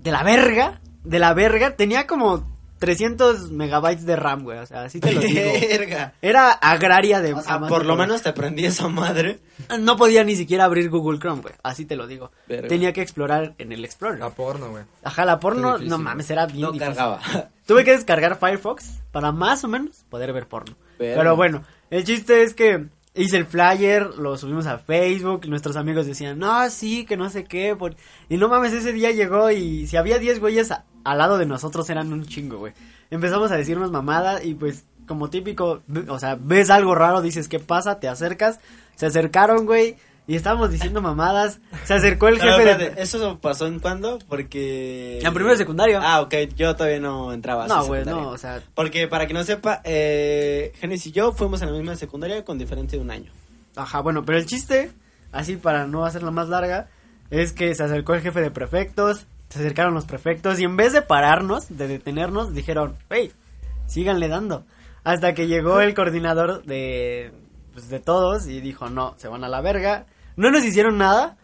de la verga, de la verga. Tenía como 300 megabytes de RAM, güey, o sea, así te lo
[LAUGHS]
digo.
Verga.
Era agraria de...
O sea,
a más
por
no
lo
poder.
menos te aprendí esa madre.
No podía ni siquiera abrir Google Chrome, güey. Así te lo digo.
Verga. Ah,
Tenía que explorar en el
La
Explorer.
porno, güey.
Ajá, la porno,
difícil,
no
güey.
mames, era bien
No
difícil. [LAUGHS]
cargaba.
Tuve que descargar Firefox para más o menos poder ver porno.
Verga.
Pero bueno, el chiste es que hice el flyer, lo subimos a Facebook, nuestros amigos decían, no, sí, que no sé qué. por-". Y no mames, ese día llegó y si había 10 güeyes a- al lado de nosotros eran un chingo, güey. Empezamos a decirnos mamada y pues como típico, ve- o sea, ves algo raro, dices, ¿qué pasa? Te acercas, se acercaron, güey. Y estábamos diciendo mamadas. Se
[LAUGHS]
acercó el
Pero,
jefe de...
espérate, ¿Eso pasó en cuándo? Porque...
En primero de secundaria.
Ah, ok, yo todavía no entraba. a
No,
esa
güey,
secundaria.
no, o sea-
Porque para que no sepa, eh, Genesis y yo fuimos a la misma secundaria con diferencia de un [LAUGHS] año.
Ajá, bueno, pero el chiste, así para no hacerla más larga, es que se acercó el jefe de prefectos, se acercaron los prefectos y en vez de pararnos, de detenernos, dijeron, hey, síganle dando. Hasta que llegó el coordinador de, pues, de todos y dijo, no, se van a la verga. No nos hicieron nada,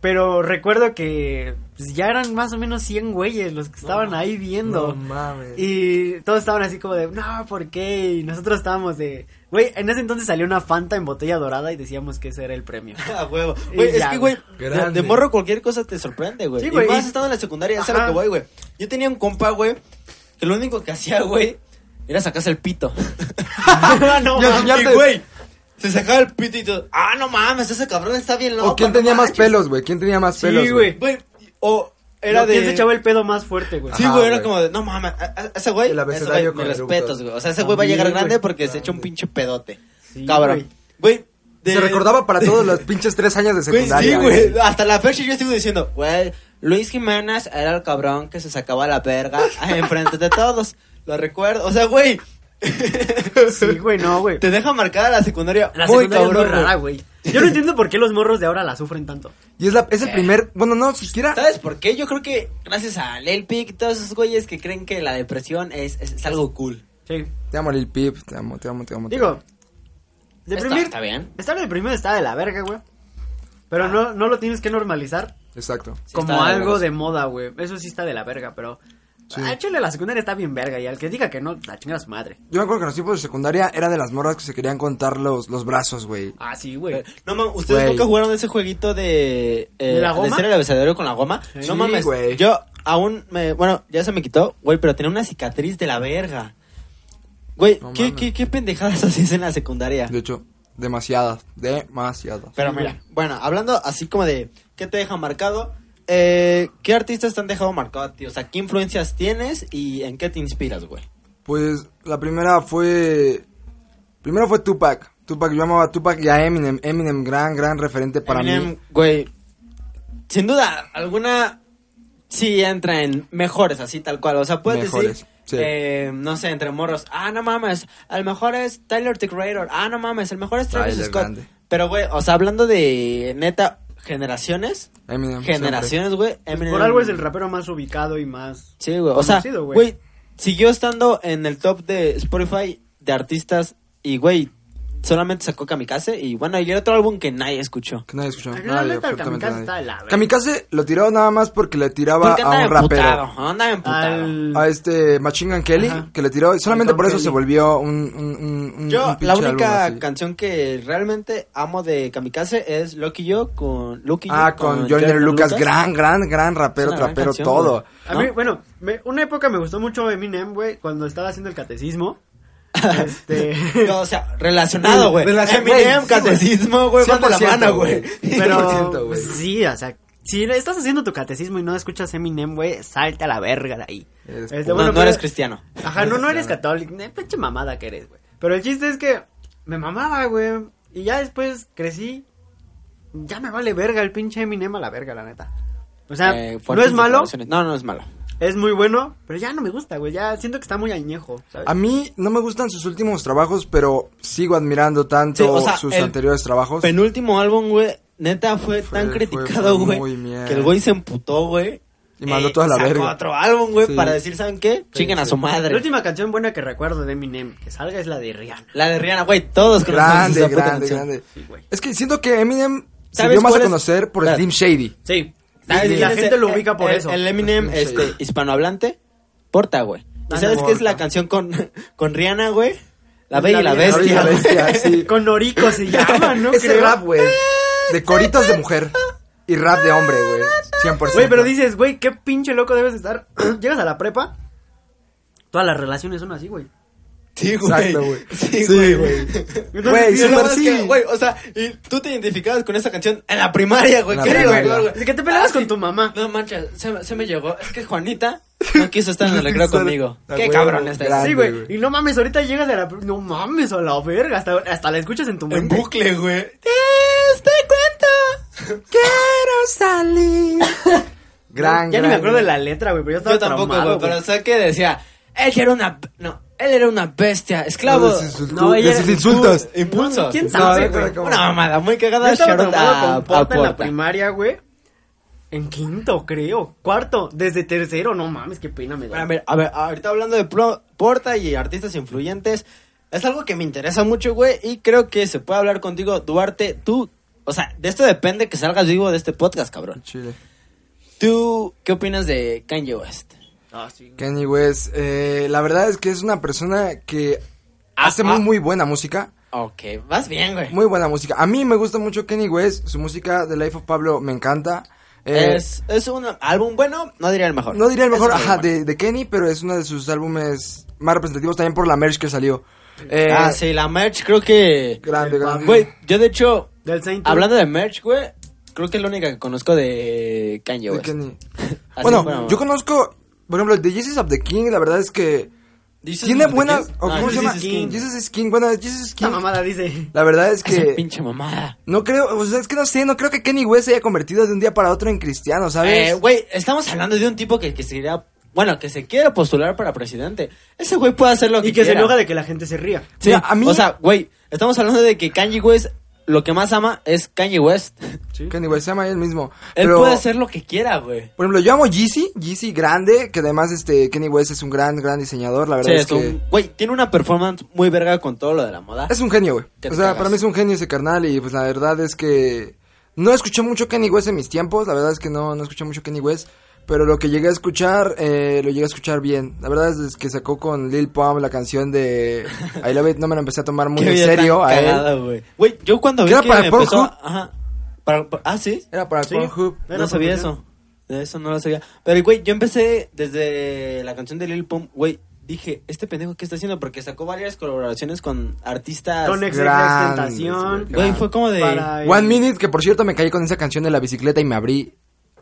Pero recuerdo que pues, ya eran más o menos 100 güeyes los que estaban ahí viendo.
No mames.
Y todos estaban así como de, no, ¿por qué? Y nosotros estábamos de, güey, en ese entonces salió una Fanta en botella dorada y decíamos que ese era el [LAUGHS] premio.
A Ah, huevo. Güey,
Y
es
ya,
que, güey,
güey.
de,
Grande.
de morro cualquier cosa te sorprende, güey.
Sí,
y
güey,
más
y-
estando en la secundaria, ya
Ajá.
sabes lo que voy, güey. Yo tenía un compa, güey, que lo único que hacía, güey, era sacarse el [LAUGHS] pito.
Ah, no,
Ya,
mames.
ya.
Y,
te-
Ah, güey, se sacaba el pito y todo. Ah, no mames, ese cabrón está bien loco.
¿O quién
no
tenía más
manches".
pelos, güey? ¿Quién tenía más
Sí,
pelos?
güey.
Güey, o era
No,
de...
¿Quién se echaba el pedo más fuerte, güey?
Sí,
Ajá,
güey, era
güey.
como de, no mames, a- a- ese güey,
El
ese
abecedario
güey,
con
mis
eructos.
respetos, güey. O sea, ese güey va a
También,
llegar
güey,
grande porque se echa un pinche pedote.
Sí,
Cabrón. Güey, de-
Se recordaba para todos los pinches tres años de
Güey, sí,
secundaria.
güey. Hasta la fecha yo estuve diciendo, güey, Luis Jiménez era el cabrón que se sacaba la verga [LAUGHS] enfrente de todos. Lo recuerdo. O sea, güey.
Sí, güey, no, güey.
[LAUGHS] Te deja marcada la secundaria.
La
muy
secundaria es muy
cabrón,
rara, güey. Yo no entiendo por qué los morros de ahora la sufren tanto.
Y es, la, es el primer. Bueno, no, siquiera.
¿Sabes por qué? Yo creo que gracias a Lil Pic y todos esos güeyes que creen que la depresión es, es- es algo cool.
Sí.
Te amo, Lil Pip. Te amo, te amo, te amo. te amo.
Digo, deprimir.
Está, está bien.
Estar deprimido está de la verga, güey. Pero no, no lo tienes que normalizar
Exacto.
Sí,
como
está de la
algo
verga.
de moda, güey. Eso sí está de la verga, pero. Ah, chale, la secundaria está bien verga. Y al que diga que no, la chinga a su madre.
Yo me acuerdo que en los tiempos de secundaria era de las morras que se querían contar los, los brazos, güey.
Ah, sí, güey.
No mames, ¿ustedes
Güey.
nunca jugaron ese jueguito de... eh,
¿De la goma?
ser el abecedario con la goma?
Sí,
no mames,
güey.
yo aún me... Bueno, ya se me quitó, güey, pero tenía una cicatriz de la verga. Güey,
No
¿qué,
mames.
qué, ¿qué pendejadas [LAUGHS] hacías en la secundaria?
De hecho, demasiadas. Demasiadas.
Pero
Sí,
mira,
güey.
bueno, hablando así como de qué te deja marcado, eh, ¿qué artistas te han dejado marcado a ti? O sea, ¿qué influencias tienes y en qué te inspiras, güey?
Pues la primera fue. Primero fue Tupac. Tupac, yo amaba a Tupac y a Eminem. Eminem, gran, gran referente para
Eminem,
mí.
güey, sin duda alguna sí entra en mejores, así tal cual. O sea, puedes
Mejores,
decir,
sí.
eh, no sé, entre morros, ah, no mames, el mejor es Tyler the Creator, ah, no mames, el mejor es Travis
Tyler,
Scott.
grande.
Pero, güey, o sea, hablando de neta generaciones,
Eminem.
generaciones, güey, Eminem.
Por algo es el rapero más ubicado y más.
Sí, güey, o sea,
conocido, güey.
güey, siguió estando en el top de Spotify de artistas y, güey, solamente sacó Kamikaze y, bueno, y era otro álbum que nadie escuchó.
Que nadie escuchó.
La
nadie,
neta, el
absolutamente
Kamikaze
nadie.
está de la verga.
Kamikaze lo tiró nada más porque le tiraba
Porque
a
andaba
un rapero.
emputado, andaba emputado.
Al-
A este Machine Gun Kelly
Ajá.
que le tiró. Y solamente
Tom
por eso
Kelly.
se volvió un. un, un- un-
Yo,
un pinche
la
álbum
única
así.
canción que realmente amo de Kamikaze es Lucky Yo con Lucky
Ah,
Yo
con Joyner Lucas. Gran, gran, gran rapero,
Es una gran
trapero,
canción,
todo.
güey.
A
¿no?
mí, bueno, me- una época me gustó mucho Eminem, güey, cuando estaba haciendo el [LAUGHS] catecismo. Este.
No, o sea, relacionado, güey.
Relacion-
Eminem,
güey, sí,
catecismo, güey, van de la
100%,
mano, güey.
güey.
Pero
100%, güey.
pues, sí, o sea, si estás haciendo tu catecismo y no escuchas Eminem, güey, salte a la verga de ahí.
Eres
Este,
No,
bueno,
no
pero-
eres cristiano.
Ajá, no, no eres católico. Eh, pinche mamada que eres, güey. Pero el chiste es que me mamaba, güey. Y ya después crecí. Ya me vale verga el pinche Eminem a la verga, la neta. O sea,
Eh,
no
fuertes
es malo,
declaraciones. No, no es malo.
es muy bueno, pero ya no me gusta, güey. Ya siento que está muy añejo, ¿sabes?
Ah,
A mí no me gustan sus últimos trabajos, pero sigo admirando tanto
Sí, o sea,
sus
el
anteriores trabajos.
Penúltimo álbum, güey, neta fue,
Fue-
tan
fue-
criticado,
fue
güey,
muy mierda.
que el güey se emputó, güey. Eh,
Y mandó toda la
sacó
verga.
otro álbum, güey,
Sí.
para decir, ¿saben qué? Chiquen a su
Este, La
madre.
última canción buena que recuerdo de Eminem que salga es la de Rihanna.
La de Rihanna, güey, todos conocemos
Grande,
esa puta
grande,
canción.
grande.
Sí, güey.
Es que siento que Eminem se
¿Sabes
dio más a
cuál es?
conocer por
Espera.
Slim Shady.
Sí.
¿Sabes
Y la
quién es
gente
el-
lo ubica por
el-
eso.
El Eminem
Sí.
este, hispanohablante, Porta, güey. ¿Y
Ah,
sabes
no,
qué es la
Porta.
canción con, con Rihanna, güey? La Bella y la
La Bella y
Bestia.
la [LAUGHS] Bestia,
[LAUGHS]
sí.
Con Norico se llama, ¿no?
Ese
Creo.
rap, güey. De coritos de mujer. Y rap de hombre, güey. 100%.
Güey, pero dices, güey, qué pinche loco debes estar. [CLEARS THROAT] Llegas a la prepa. Todas las relaciones son así, güey.
Sí,
Exacto, güey.
Sí,
Sí,
güey.
güey.
Entonces,
Güey,
Y lo
súper
más
sí.
que, Güey, o sea, y tú te identificabas con esa canción en la primaria, güey.
En la
¿Qué era lo
primaria.
peor, güey?
Es que te peleabas
Ah,
con
sí.
tu mamá.
No manches, se, me- se me llegó. Es que [LAUGHS] Juanita no quiso estar en el recreo
Quiso estar-
conmigo.
Ah,
Qué
güey,
cabrón este.
grande,
Sí,
güey.
güey. Y no mames, ahorita llegas a la. pre- No mames, a la verga. Hasta, hasta la escuchas en tu
En
mente.
bucle, güey.
Este
Te cuento.
Quiero salir. gran,
ya ni
gran.
me acuerdo de la letra, güey, pero yo
[LAUGHS]
estaba
Yo tampoco,
traumado,
güey, pero sé que decía, ella era una, no, él era una bestia, esclavo.
No, de sus-
No, ella
de
era-
sus insultos.
Impulso.
¿Quién
No,
sabe,
no,
güey?
no, no.
Una mamada muy
Yo
cagada,
estaba
Sharon
traumado
a,
con Porta
a
en la
Porta.
primaria, güey. En quinto, creo. Cuarto. Desde tercero. No mames, qué pena me
Pero, a
da.
ver, a ver, ahorita hablando de pro- Porta y artistas influyentes, es algo que me interesa mucho, güey, y creo que se puede hablar contigo, Duarte, tú O sea, de esto depende que salgas vivo de este podcast, cabrón.
Chile.
¿Tú qué opinas de Kanye West?
Ah,
Kanye West, eh, la verdad es que es una persona que
Ah,
hace
ah.
muy, muy buena música.
Ok, vas bien, güey.
Muy buena música. A mí me gusta mucho Kenny West. Su música de Life of Pablo me encanta. Eh,
es, es un álbum bueno, no diría el mejor.
No diría el mejor
Es un
ajá,
álbum bueno.
de, de Kenny, pero es uno de sus álbumes más representativos también por la merch que salió. Eh,
ah, sí, la merch creo que...
Grande,
El
grande.
Güey, yo de hecho,
Del Saint
hablando de merch, güey, creo que es la única que conozco de Kanye
de
West.
Kenny.
[LAUGHS] Así
Bueno,
como-
yo conozco, por ejemplo, el de Jesus of the King, la verdad es que
¿Dices
tiene
de
buenas...
qué?
o
Ah,
¿Cómo se
Jesus
llama?
is
King.
Jesus is King. Bueno, Jesus is King.
Esta mamada dice.
La verdad es
Esa
que...
pinche mamada.
No creo, o sea, es que no sé, no creo que Kenny West se haya convertido de un día para otro en cristiano, ¿sabes?
Eh, Güey, estamos hablando de un tipo que, que se quería- Bueno, que se quiere postular para presidente. Ese güey puede hacer lo que
Y que se
quiera.
enoja de que la gente se ría.
Sí,
Mira, a mí-
O sea, güey, estamos hablando de que Kanye West lo que más ama es Kanye West. [LAUGHS]
Kenny West se llama él mismo.
Él
pero-
puede hacer lo que quiera, güey.
Por ejemplo, yo amo Yeezy, Yeezy grande, que además este Kenny West es un gran, gran diseñador, la
Sí,
verdad es,
es
que...
un- Güey, tiene una performance muy verga con todo lo de la moda.
Es un genio, güey.
Te
O sea,
cagas.
para mí es un genio ese carnal y pues la verdad es que no escuché mucho Kenny West en mis tiempos, la verdad es que no, no escuché mucho Kenny West, pero lo que llegué a escuchar, eh, lo llegué a escuchar bien. La verdad es que sacó con Lil Pump la canción de I Love It, no me la empecé a tomar muy
[LAUGHS] Qué
en
vida tan
serio a
cagada,
él.
güey. Güey, yo cuando vi
Que era
que
para
empezó...
Pornhub. Eh,
Ajá. Para- para- ah, ¿sí?
Era para
Sí.
Pornhub.
Era
no sabía
promoción.
eso. De eso no lo sabía. Pero, güey, yo empecé desde la canción de Lil Pump, güey. Dije, este pendejo, ¿qué está haciendo? Porque sacó varias colaboraciones con artistas.
Con ex
grandes,
tentación.
Güey, fue como de.
Para el-
One Minute, que por cierto me caí con esa canción de la bicicleta y me abrí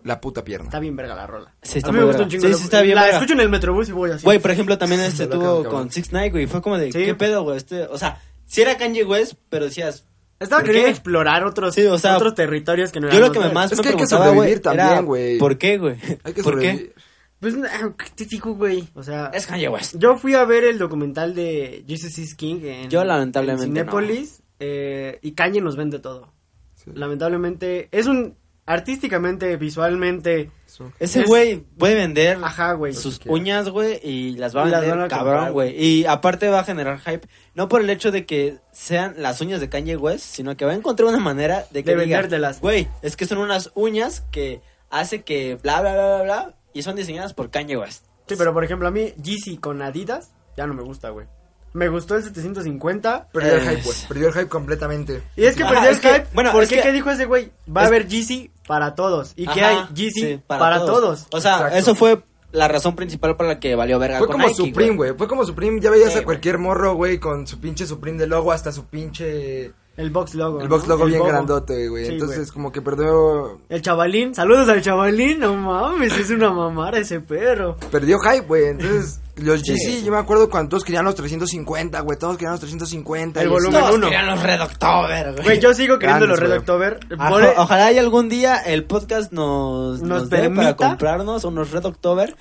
la puta pierna.
Está bien verga la rola.
Sí, está
a mí me
muy
gusta
verga.
un chingo.
Sí,
la-
sí, está bien
La
verga.
escucho en el metrobús y voy así.
Güey, por ejemplo,
[LAUGHS]
también este
Loca,
tuvo
cabrón.
con Six Night, güey. Fue como de,
Sí.
¿qué pedo, güey? Este, o sea, si era Kanye West, pero decías.
Estaba
¿por
queriendo
qué?
explorar otros,
Sí, o sea,
otros territorios que no
Yo
eran
lo que me
los de-
más
Es
me
que hay que
preguntaba, güey,
sobrevivir
era,
también, güey.
¿Por qué, güey?
Hay que
¿Por qué?
sobrevivir.
Pues, ah, [LAUGHS] ¿qué te digo, güey? O sea,
Es Kanye West.
yo fui a ver el documental de Jesus is King en,
Yo, lamentablemente,
en Cinépolis eh, y Kanye nos vende todo.
Sí.
Lamentablemente, es un artísticamente, visualmente,
Eso.
Ese
Es-
güey puede vender
ajá, güey.
sus
quiera.
uñas, güey, y las va a
Y las
vender
van a
cabrón,
comprar,
güey. Y aparte va a generar hype, no por el hecho de que sean las uñas de Kanye West, sino que va a encontrar una manera de que
De
diga,
vendértelas.
Güey, es que son unas uñas que hace que bla, bla, bla, bla, bla, y son diseñadas por Kanye West.
Sí, pero por ejemplo, a mí Yeezy con Adidas ya no me gusta, güey. Me gustó el 750.
Perdió el
Es-
hype, güey. Perdió el hype completamente.
Y es que
Ajá,
perdió
Ah, es
el
que-
hype.
bueno,
¿Por
es
qué?
que-
¿Qué dijo ese güey? Va a
es-
haber Yeezy para todos. ¿Y que hay
Ajá,
Yeezy
sí,
para, todos?
O sea,
Exacto.
eso fue la razón principal por la que valió verga
Fue
Ah, con
como
Nike,
Supreme, güey. Fue como Supreme. Ya veías
Sí,
a cualquier morro, güey, con su pinche Supreme de logo hasta su pinche.
El box logo.
El box
¿no?
logo
El
bien
bobo.
grandote, güey.
Sí,
Entonces, como que perdió.
El chavalín. Saludos al chavalín. No mames, es una mamara ese perro.
Perdió hype, güey.
[LAUGHS]
Entonces, los
Sí.
GC, yo me acuerdo cuando todos querían los 350, güey. Todos querían los 350.
El
y
volumen.
Todos
uno.
querían los Red October, güey.
Güey, yo sigo queriendo
Grandes,
los Red
güey.
October.
Ajá,
Por- e-
ojalá y algún día el podcast nos,
Nos
nos dé para
permita.
comprarnos unos Red October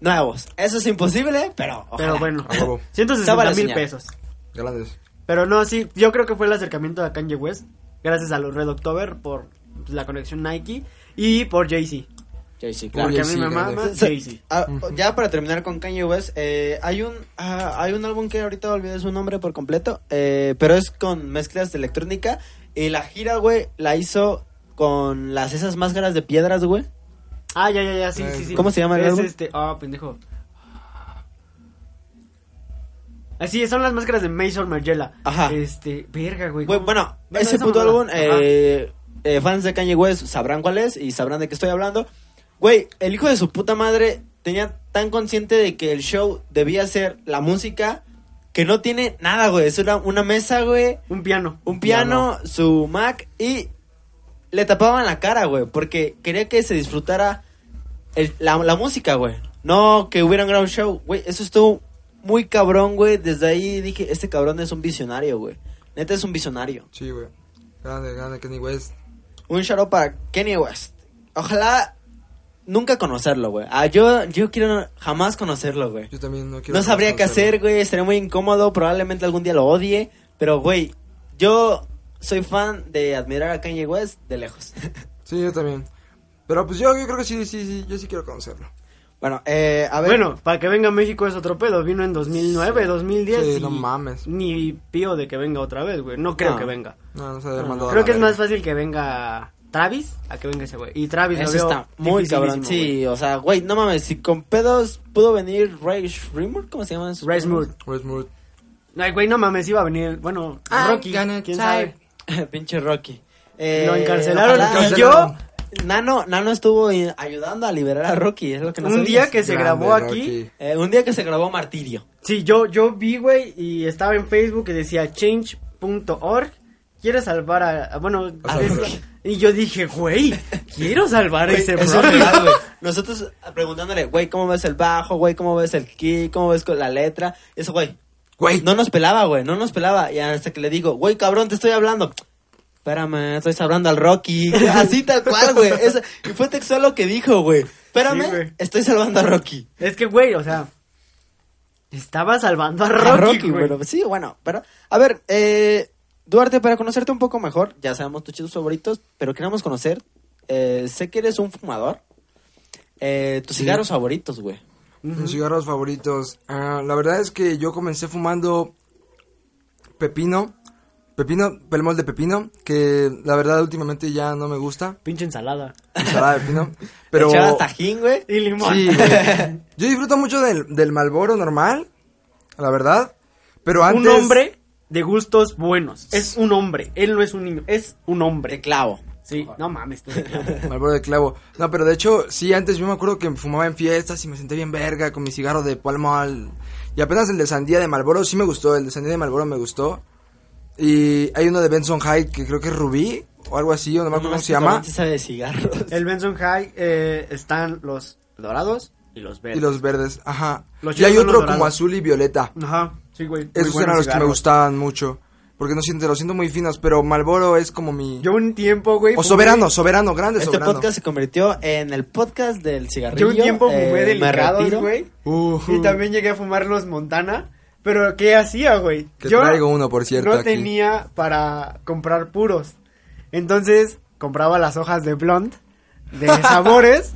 nuevos. Eso es imposible, pero ojalá.
Pero bueno.
A huevo.
160
Estaba la
mil
señal.
pesos.
Grandes.
Pero no, sí, yo creo que fue el acercamiento a Kanye West. Gracias a los Red October por pues, la conexión Nike y por Jay-Z.
Jay-Z, claro.
Porque a mí
Jay-Z,
me
grande.
mama
Se-
Jay-Z.
ah, ya para terminar con Kanye West, eh, hay un ah, hay un álbum que ahorita olvidé su nombre por completo, eh, pero es con mezclas de electrónica y la gira, güey, la hizo con las esas máscaras de piedras, güey.
Ah, ya, ya, ya, sí, sí, sí.
Eh, ¿Cómo se llama el
Es
álbum?
este, ah, pendejo. Así son las máscaras de Mason Margiela.
Ajá.
Este, verga, güey.
Güey,
¿cómo?
bueno,
Bueno,
ese
esa
puto
mamada.
álbum, eh, eh, fans de Kanye West sabrán cuál es y sabrán de qué estoy hablando. Güey, el hijo de su puta madre tenía tan consciente de que el show debía ser la música que no tiene nada, güey. Es una, una mesa, güey,
Ajá. Un piano.
un piano, su Mac y le tapaban la cara, güey, porque quería que se disfrutara el- la, la música, güey. No que hubiera un gran show, güey. Eso estuvo muy cabrón, güey. Desde ahí dije, este cabrón es un visionario, güey. Neta es un visionario.
Sí, güey. Grande, grande, Kenny West.
Un shout out para Kenny West. Ojalá nunca conocerlo, güey. Ah, yo, yo quiero jamás conocerlo, güey.
Yo también no quiero.
No sabría qué hacer, güey. Estaría muy incómodo. Probablemente algún día lo odie. Pero, güey, yo soy fan de admirar a Kanye West de lejos.
Sí, yo también. Pero pues yo, yo creo que sí, sí, sí. Yo sí quiero conocerlo.
[LAUGHS] Bueno, eh, a ver.
Bueno, para que venga a México es otro pedo. Vino en 2009, 2010.
Sí,
y
no mames.
Ni pío de que venga otra vez, güey. No creo
No.
que venga.
No, no se había
No,
mandado a
creo
la
que es
verga.
más fácil que venga Travis a que venga ese güey. Y Travis lo
eso
veo
está muy
dificilísimo,
cabrón. Sí, o sea, güey, no mames. Si con pedos pudo venir Ray Shrimmer, ¿cómo se llaman esos?
güey. Rice Mood.
Where's Mood?
Ay, güey, no mames, iba a venir. Bueno,
I'm
Rocky.
gonna
¿Quién
try.
sabe?
Ah, [LAUGHS] Pinche Rocky. Eh,
Lo encarcelaron,
ojalá-
lo
encarcelaron.
y yo. Nano, Nano estuvo eh, ayudando a liberar a Rocky. Es lo que nos
Un día
sabías.
que se
Grande,
grabó aquí.
Rocky.
Eh, un día que se grabó Martirio.
Sí, yo, yo vi, güey, y estaba en Facebook y decía change.org. Quiere salvar a. a- Bueno,
A
a-
Rocky.
[LAUGHS] y yo dije, güey, quiero salvar a
Güey,
ese
eso es
Rocky.
real,
[LAUGHS]
güey. Nosotros preguntándole, güey, ¿cómo ves el bajo? Güey, ¿cómo ves el kick? ¿Cómo ves con la letra? Eso, güey.
Güey,
No nos pelaba, güey, no nos pelaba. Y hasta que le digo, güey, cabrón, te estoy hablando. Espérame, estoy hablando al Rocky. [LAUGHS] Así tal cual, güey. Eso- Y fue textual lo que dijo, güey. Espérame,
Sí, güey.
estoy salvando a Rocky.
Es que, güey, o sea. Estaba salvando a Rocky.
A Rocky,
güey.
bueno, sí, bueno, pero a ver, eh, Duarte, para conocerte un poco mejor, ya sabemos tus chicos favoritos, pero queremos conocer, eh, sé que eres un fumador, eh, tus cigarros favoritos, güey.
mis cigarros favoritos. Ah, la verdad es que yo comencé fumando pepino, pepino, pelmol de pepino, que la verdad últimamente ya no me gusta,
Pinche ensalada.
ensalada
[LAUGHS]
de pepino, pero...
Le echabas tajín, güey.
Y limón.
Sí,
[LAUGHS]
güey. Yo disfruto mucho del, del Malboro normal, la verdad, pero antes...
Un hombre de gustos buenos. Es un hombre. Él no es un niño. Es un hombre.
De clavo.
Sí. No mames, tú.
Malboro de clavo. No, pero de hecho, sí, antes yo me acuerdo que fumaba en fiestas y me senté bien verga con mi cigarro de Pall Mall. Y apenas el de sandía de Malboro sí me gustó, el de sandía de Malboro me gustó. Y hay uno de Benson Hyde que creo que es Rubí o algo así, o no me acuerdo cómo se llama.
Se sabe de
[LAUGHS]
cigarros.
El Benson High eh, están los dorados y los verdes.
Y los verdes, ajá.
Los
y hay
chidos son
otro
los
como
dorados.
azul y violeta.
Ajá. Sí, güey. muy
Esos
buenos
eran los que me
cigarros.
gustaban mucho. Porque no siento, los siento muy finos, pero Malboro es como mi...
Yo un tiempo, güey.
o
fumé-
soberano, soberano, grande
Este
soberano.
podcast se convirtió en el podcast del
Yo
cigarrillo.
un tiempo fumé
eh, me
delicados,
retiro.
güey.
Ujú.
Y también llegué a fumar los Montana. Pero, ¿qué hacía, güey?
Que traigo uno, por cierto,
No
aquí.
tenía para comprar puros. Entonces, compraba las hojas de blond, de
[LAUGHS]
sabores.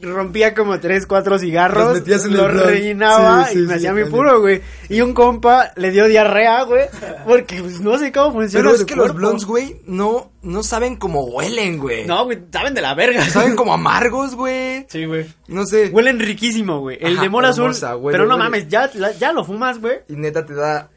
rompía como tres, cuatro cigarros.
Los metías en el
los
Blond.
rellenaba
Sí, sí,
y me
sí,
hacía
sí,
mi
también.
puro, güey. Y un compa le dio diarrea, güey. Porque pues, no sé cómo funciona.
Pero es
su
que los
cuerpo.
blondes, güey, no, no saben cómo huelen, güey.
No, güey, saben de la verga.
Saben como amargos, güey.
Sí, güey.
No sé.
Huelen riquísimo, güey. El
Ajá,
de mora azul.
hermosa, huele,
pero no
huele.
mames, ya, la- ya lo fumas, güey.
Y neta te da.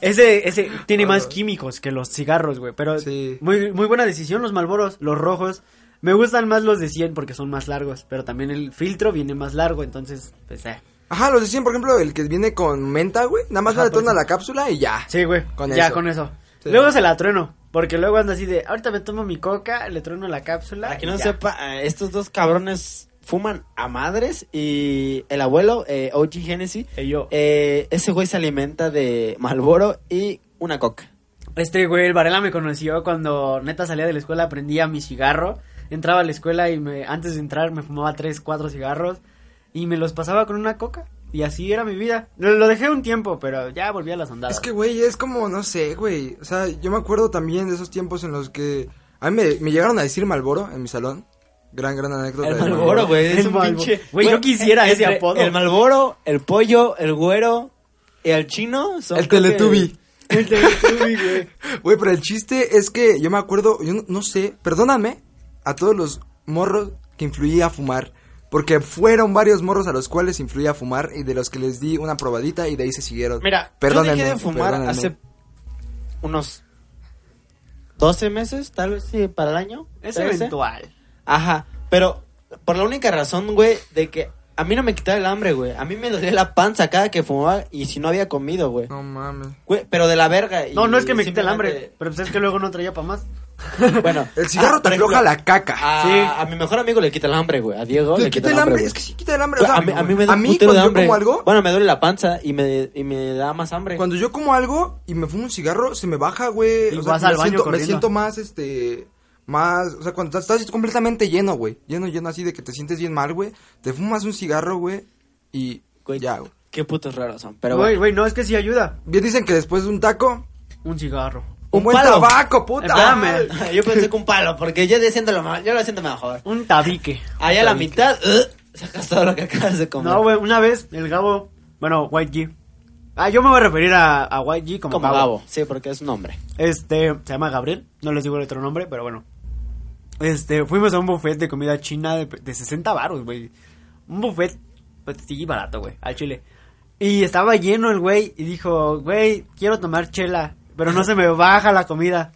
Ese,
[LAUGHS]
ese tiene más químicos que los cigarros, güey. Pero
Sí.
muy, muy buena decisión los malboros, los rojos. Me gustan más los de 100 porque son más largos. Pero también el filtro viene más largo, entonces, pues, eh.
Ajá, los decían, por ejemplo, el que viene con menta, güey. Nada más
Ajá,
la detona
por
la cápsula y ya.
Sí, güey.
Con
ya
eso.
con eso.
Sí.
Luego se la trueno. Porque luego anda así de, ahorita me tomo mi coca, le trueno la cápsula.
Para que
y
no
ya.
sepa, eh, estos dos cabrones fuman a madres y el abuelo, eh, OG Genesis,
Y yo.
eh, ese güey se alimenta de Malboro y una coca.
Este güey, el Varela me conoció cuando neta salía de la escuela, aprendía mi cigarro. Entraba a la escuela y me, antes de entrar me fumaba tres, cuatro cigarros y me los pasaba con una coca. Y así era mi vida. Lo, lo dejé un tiempo, pero ya volví a las andadas.
Es que, güey, es como, no sé, güey. O sea, yo me acuerdo también de esos tiempos en los que. A mí me, me llegaron a decir Malboro en mi salón. Gran, gran anécdota.
El
de
Malboro, güey, es
El
un
Malboro.
pinche...
Güey, yo quisiera ese
entre
apodo.
El Malboro, el pollo, el güero y el chino son...
El
creo que-
Teletubby.
El Teletubby, güey.
Güey, pero el chiste es que yo me acuerdo, yo no, no sé, perdóname a todos los morros que influí a fumar. Porque fueron varios morros a los cuales influí a fumar y de los que les di una probadita y de ahí se siguieron.
Mira,
perdónenme,
yo dejé de fumar
perdónenme.
hace unos 12 meses, tal vez, sí, para el año.
Es
13.
eventual.
Ajá, pero por la única razón, güey, de que a mí no me quitaba el hambre, güey. A mí me dolía la panza cada que fumaba y si no había comido, güey.
No mames.
Güey, pero de la verga. y
No, no es que me quite el hambre,
simplemente-
pero pues es que luego no traía para más.
Bueno,
[LAUGHS] El cigarro
ah,
te
por ejemplo,
afloja la caca.
A,
Sí.
a mi mejor amigo le quita el hambre, güey. A Diego
¿Te
le quita el hambre. güey.
Es que sí quita el hambre. o
Güey,
sea,
a, mí, a mí me da
a
un
mí
putero de
cuando
hambre.
yo como algo,
Bueno, me duele la panza y me, y me da más hambre.
cuando yo como algo y me fumo un cigarro, se me baja, güey.
Y
O
vas
sea,
al
me,
baño
siento, me
corriendo.
siento más, este, más, o sea, cuando estás estás completamente lleno, güey. Lleno, lleno así de que te sientes bien mal, güey. Te fumas un cigarro, güey, y
Güey,
ya, güey.
Qué putos raros son. Pero,
Güey,
bueno.
güey, no, es que sí ayuda.
Bien dicen que después de un taco,
Un cigarro.
un,
Un
buen
palo.
tabaco, puta.
Ah,
Espérame.
[LAUGHS] Yo pensé que un palo, porque yo diciéndolo mal, yo lo siento mejor.
Un tabique.
Allá a la mitad, ugh, Sacas todo lo que acabas de comer.
No, güey, una vez el Gabo, bueno, White G. Ah, yo me voy a referir a, a White G como,
Como Gabo. Sí, porque es un hombre.
Este, se llama Gabriel, no les digo el otro nombre, pero bueno. Este, fuimos a un buffet de comida china de, de 60 baros, güey. Un buffet, pues sí, barato, güey, al chile. Y estaba lleno el güey y dijo, güey, quiero tomar chela, pero no se me baja la comida.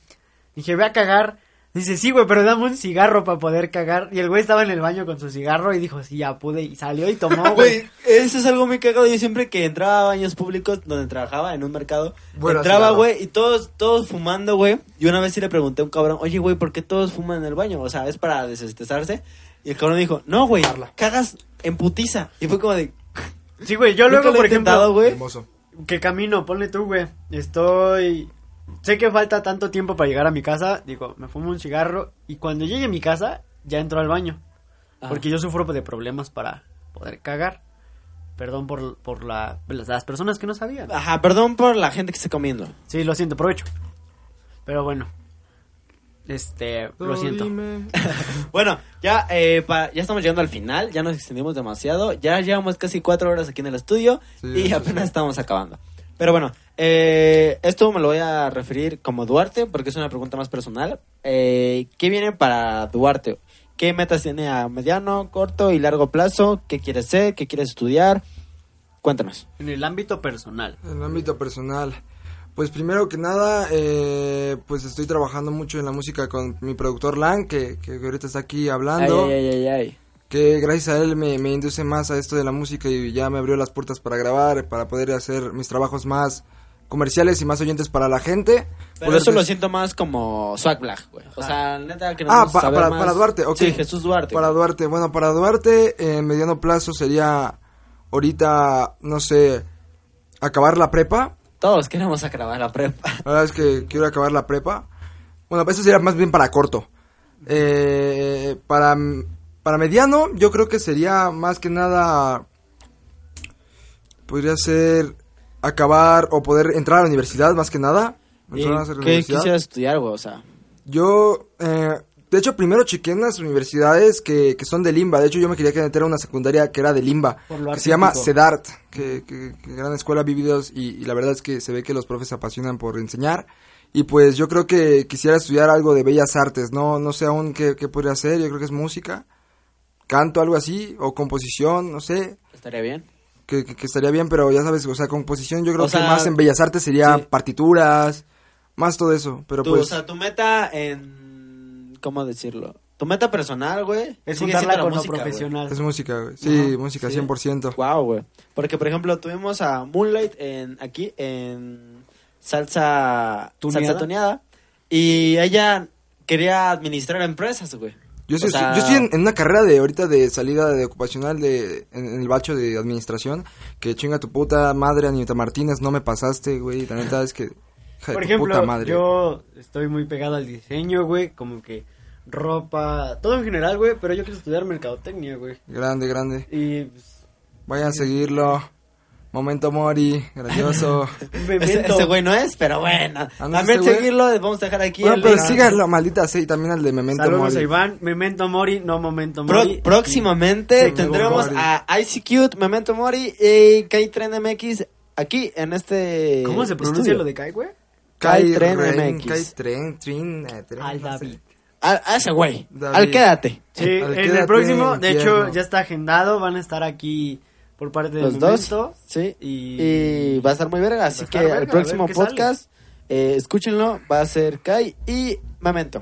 Dije, ve a cagar. Dice, sí, güey, pero dame un cigarro para poder cagar. Y el güey estaba en el baño con su cigarro y dijo, sí, ya pude. Y salió y
[LAUGHS]
tomó, güey.
Güey, eso es algo muy cagado. Yo siempre que entraba a baños públicos donde trabajaba en un mercado,
Bueno,
entraba,
cigarro.
güey, y todos todos fumando, güey. Y una vez sí le pregunté a un cabrón, oye, güey, ¿por qué todos fuman en el baño? O sea, es para desestresarse. Y el cabrón dijo, no, güey, cagas en putiza. Y fue como de,
Sí, güey, yo
"Nunca
luego,
lo he
por
intentado,
ejemplo,
güey.
Hermoso.
que camino, ponle tú, güey. Estoy. Sé que falta tanto tiempo para llegar a mi casa. Digo, me fumo un cigarro. Y cuando llegue a mi casa, ya entro al baño.
Ajá.
Porque yo sufro de problemas para poder cagar. Perdón por, por la, las, las personas que no sabían.
Ajá, perdón por la gente que está comiendo.
Sí, lo siento, provecho. Pero bueno. Este, lo siento.
Bueno, ya, eh, pa- ya estamos llegando al final, ya nos extendimos demasiado, ya llevamos casi cuatro horas aquí en el estudio
Sí,
y
eso
apenas estamos acabando. Pero bueno, eh, esto me lo voy a referir como Duarte porque es una pregunta más personal. Eh, ¿Qué viene para Duarte? ¿Qué metas tiene a mediano, corto y largo plazo? ¿Qué quieres ser? ¿Qué quieres estudiar? Cuéntanos.
En el ámbito personal.
En el ámbito personal. Pues primero que nada, eh, pues estoy trabajando mucho en la música con mi productor Lan, que, que ahorita está aquí hablando, que gracias a él me, me induce más a esto de la música y ya me abrió las puertas para grabar, para poder hacer mis trabajos más comerciales y más oyentes para la gente.
Por
Poder
eso lo
des-
siento más como Swag Black, güey. O sea, neta, que
Pues Ah,
queremos
pa-
saber
para,
más.
para Duarte, ok.
Sí, Jesús Duarte.
Para Duarte, bueno, para Duarte, en mediano plazo sería ahorita, no sé, acabar la prepa.
Todos queremos acabar la prepa.
La verdad es que quiero acabar la prepa. Bueno, eso sería más bien para corto. Eh, para, para mediano, yo creo que sería más que nada. Podría ser acabar o poder entrar a la universidad, más que nada.
¿Y
Entrar a la
¿Qué
universidad.
quisieras estudiar, güey? O sea,
Yo, eh, de hecho, primero chequeé en las universidades que, que son de Limba. De hecho, yo me quería meter a una secundaria que era de Limba,
Por lo
que se llama
artístico.
CEDART, que, que- que gran escuela vividos y, y la verdad es que se ve que los profes se apasionan por enseñar. Y pues yo creo que quisiera estudiar algo de bellas artes, no, no sé aún qué, qué podría hacer, yo creo que es música, canto, algo así, o composición, no sé,
estaría bien.
que, que- que estaría bien, pero ya sabes, o sea, composición yo creo
O sea,
que más en bellas artes sería
sí.
partituras, más todo eso, pero
Tu-
pues...
O sea, tu meta en... ¿Cómo decirlo? Tu meta personal, güey.
Es
sigue
juntarla
siendo la
con lo
música, güey.
profesional.
Es música, güey. Sí,
Ajá,
música,
sí.
100%.
Wow, güey. Porque, por ejemplo, tuvimos a Moonlight en, aquí en salsa
Tuneada.
salsa tuneada y ella quería administrar empresas, güey.
Yo,
O
estoy-
sea,
yo estoy en, en una carrera de ahorita de salida de ocupacional de, en, en el bacho de administración. Que chinga tu puta madre, Anita Martínez, no me pasaste, güey. La neta es que. Hija
Por
de tu puta
ejemplo,
madre.
yo estoy muy pegado al diseño, güey, como que ropa, todo en general, güey, pero yo quiero estudiar mercadotecnia, güey.
Grande, grande.
Y pues,
Vayan a seguirlo. Momento Mori,
[LAUGHS]
grandioso.
me
Ese
invento.
ese güey no es, pero bueno.
Ah, ¿no es
También
este güey?
seguirlo, vamos a dejar aquí.
bueno,
el
pero
link.
síganlo, maldita sea, y también al de Memento
Ah, Saludos a
Mori.
Iván, Memento Mori, no Momento
Pro-
Mori.
próximamente
Sí,
tendremos
Memento
a Icy Cute, Memento Mori y K-Tren MX aquí en este.
¿Cómo se pronuncia
estudio.
lo de Kai, güey?
Kai
Kai Tren
Ren,
MX.
Kai Tren, Trin, eh, Tren, no sé.
Al- A, ese güey.
David.
Al quédate.
Sí,
Al
en
quédate,
el próximo, de
infierno.
hecho, ya está agendado, van a estar aquí por parte de
Los dos.
Memento.
Sí.
Y- pues
Y... va a estar muy verga. Así
a
que
estar verga,
el
a
próximo
ver qué
podcast, eh, escúchenlo. Va a ser Kai y Memento.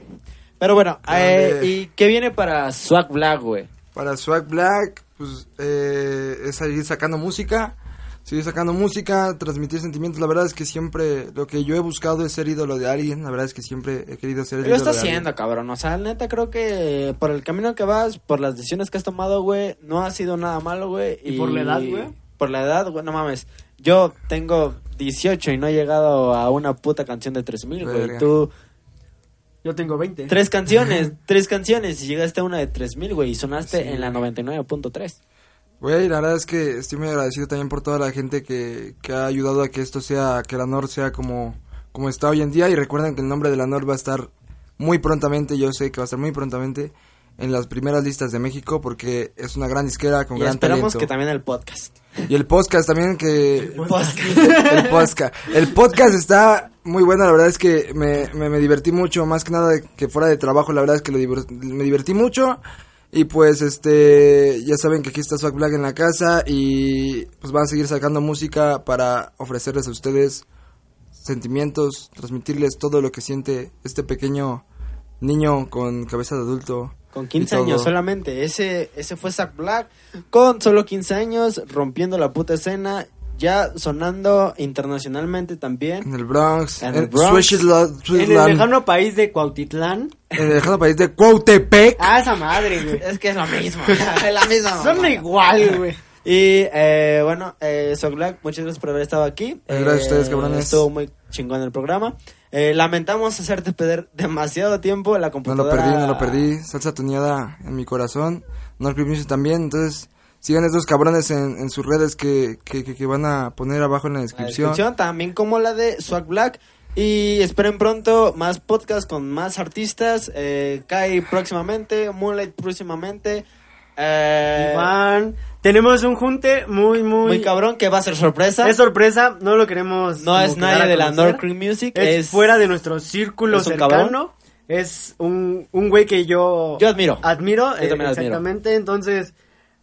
Pero bueno, eh,
Grande.
¿y qué viene para Swag Black, güey?
Para Swag Black, pues eh, es seguir sacando música, seguir sacando música, transmitir sentimientos. La verdad es que siempre lo que yo he buscado es ser ídolo de alguien. La verdad es que siempre he querido ser el
Lo
ídolo
está
de
haciendo, cabrón. O sea, neta, creo que por el camino que vas, por las decisiones que has tomado, güey, no ha sido nada malo, güey.
¿Y por la edad, güey?
Por la edad, güey, no mames. Yo tengo 18 y no he llegado a una puta canción de 3000, güey.
Verga.
Tú,
Yo tengo 20.
tres canciones, tres canciones y llegaste a una de 3000, güey, y sonaste en la 99.3.
alguien. Güey, la verdad es que estoy muy agradecido también por toda la gente que, que ha ayudado a que esto sea, que la NOR sea como, como está hoy en día. Y recuerden que el nombre de la NOR va a estar muy prontamente, yo sé que va a estar muy prontamente en las primeras listas de México porque es una gran disquera con
Y
gran
esperamos
talento.
que también el podcast.
Y el podcast también que
El podcast.
el podcast. El podcast está muy bueno, la verdad es que me, me, me divertí mucho, más que nada de que fuera de trabajo, la verdad es que lo divir- me divertí mucho. Y pues este, ya saben que aquí está Swag Black en la casa y pues van a seguir sacando música para ofrecerles a ustedes sentimientos, transmitirles todo lo que siente este pequeño niño con cabeza de adulto.
Con
y
15
todo.
años solamente. Ese, ese fue Zack Black. Con solo 15 años, rompiendo la puta escena. Ya sonando internacionalmente también.
En el Bronx,
En el Bronx.
Switzerland-
En el
Switzerland,
lejano país de Cuautitlán.
en el lejano país de Cuautepec.
Ah, esa madre, güey.
Es que es lo
[LAUGHS]
mismo. es la misma.
Son
mamada.
igual, güey.
Y eh, bueno, eh, Sock Black, muchas gracias por haber estado aquí.
Eh, gracias a ustedes,
Eh,
cabrones.
Estuvo muy chingón el programa. Eh, lamentamos hacerte perder demasiado tiempo. La
No lo
computadora.
perdí, no lo perdí. Salsa tuneada en mi corazón. No Clip Music también. Entonces, sigan a estos cabrones en, en sus redes que, que, que- que van a poner abajo en la
La
descripción.
descripción, también como la de Swag Black. Y esperen pronto más podcasts con más artistas. Eh, Kai próximamente, Moonlight próximamente. Eh,
Iván. Tenemos un junte muy, muy.
muy cabrón, que va a ser sorpresa.
Es sorpresa, no lo queremos.
no
como
es
que
nadie
dar a
de la
conocer.
North Creek Music.
Es, fuera de nuestro círculo
es un
cercano.
cabrón.
Es un, un güey que yo.
Yo admiro.
Admiro,
Yo también
eh,
admiro.
exactamente. Entonces,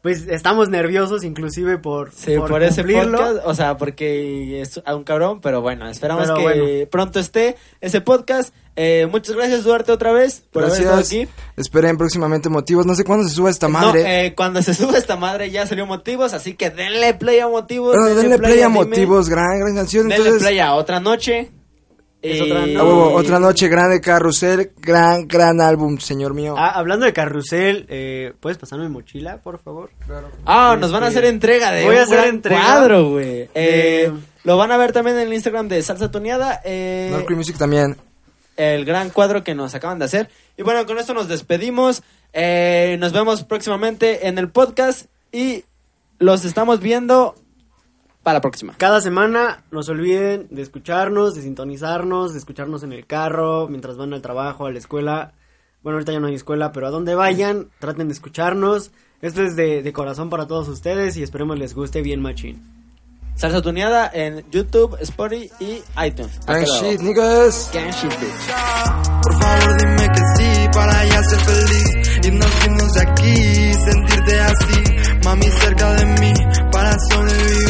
pues estamos nerviosos, inclusive por.
Sí, por, ese
cumplirlo.
podcast, o sea, porque es a un cabrón, pero bueno, esperamos
Pero
que
bueno.
pronto esté ese podcast. Eh, muchas gracias, Duarte, otra vez por haber
Gracias.
estado aquí.
Esperen próximamente motivos. No sé cuándo se suba esta madre.
No, eh, cuando se [LAUGHS] sube esta madre ya salió motivos, así que denle play a motivos.
Bueno, denle play a
Dime.
motivos. Gran, gran canción.
Denle
Entonces,
play a otra noche. Eh,
Es
Y-
otra noche.
a huevo, otra noche grande, carrusel. Gran, gran álbum, señor mío.
Ah, hablando de carrusel, eh, ¿puedes pasarme mi mochila, por favor?
Ah, nos van a hacer entrega de
Este, Voy a
un
hacer
gran
entrega
cuadro, güey. Eh,
de-
Lo van a ver también en el Instagram de Salsa Tuneada. Eh,
No Creep Music también.
el gran cuadro que nos acaban de hacer. Y bueno, con esto nos despedimos. Eh, nos vemos próximamente en el podcast y los estamos viendo para la próxima.
Cada semana no se olviden de escucharnos, de sintonizarnos, de escucharnos en el carro, mientras van al trabajo, a la escuela. Bueno, ahorita ya no hay escuela, pero a donde vayan, traten de escucharnos. Esto es de, de corazón para todos ustedes y esperemos les guste bien machín.
Salsa tuneada en YouTube, Spotify y iTunes. Hasta
Gang
luego.
shit, niggas.
Gang shit, bitch.
Por favor dime que sí para ya ser feliz y no irnos de aquí, sentirte así, mami cerca de mí para Oh, sobrevivir.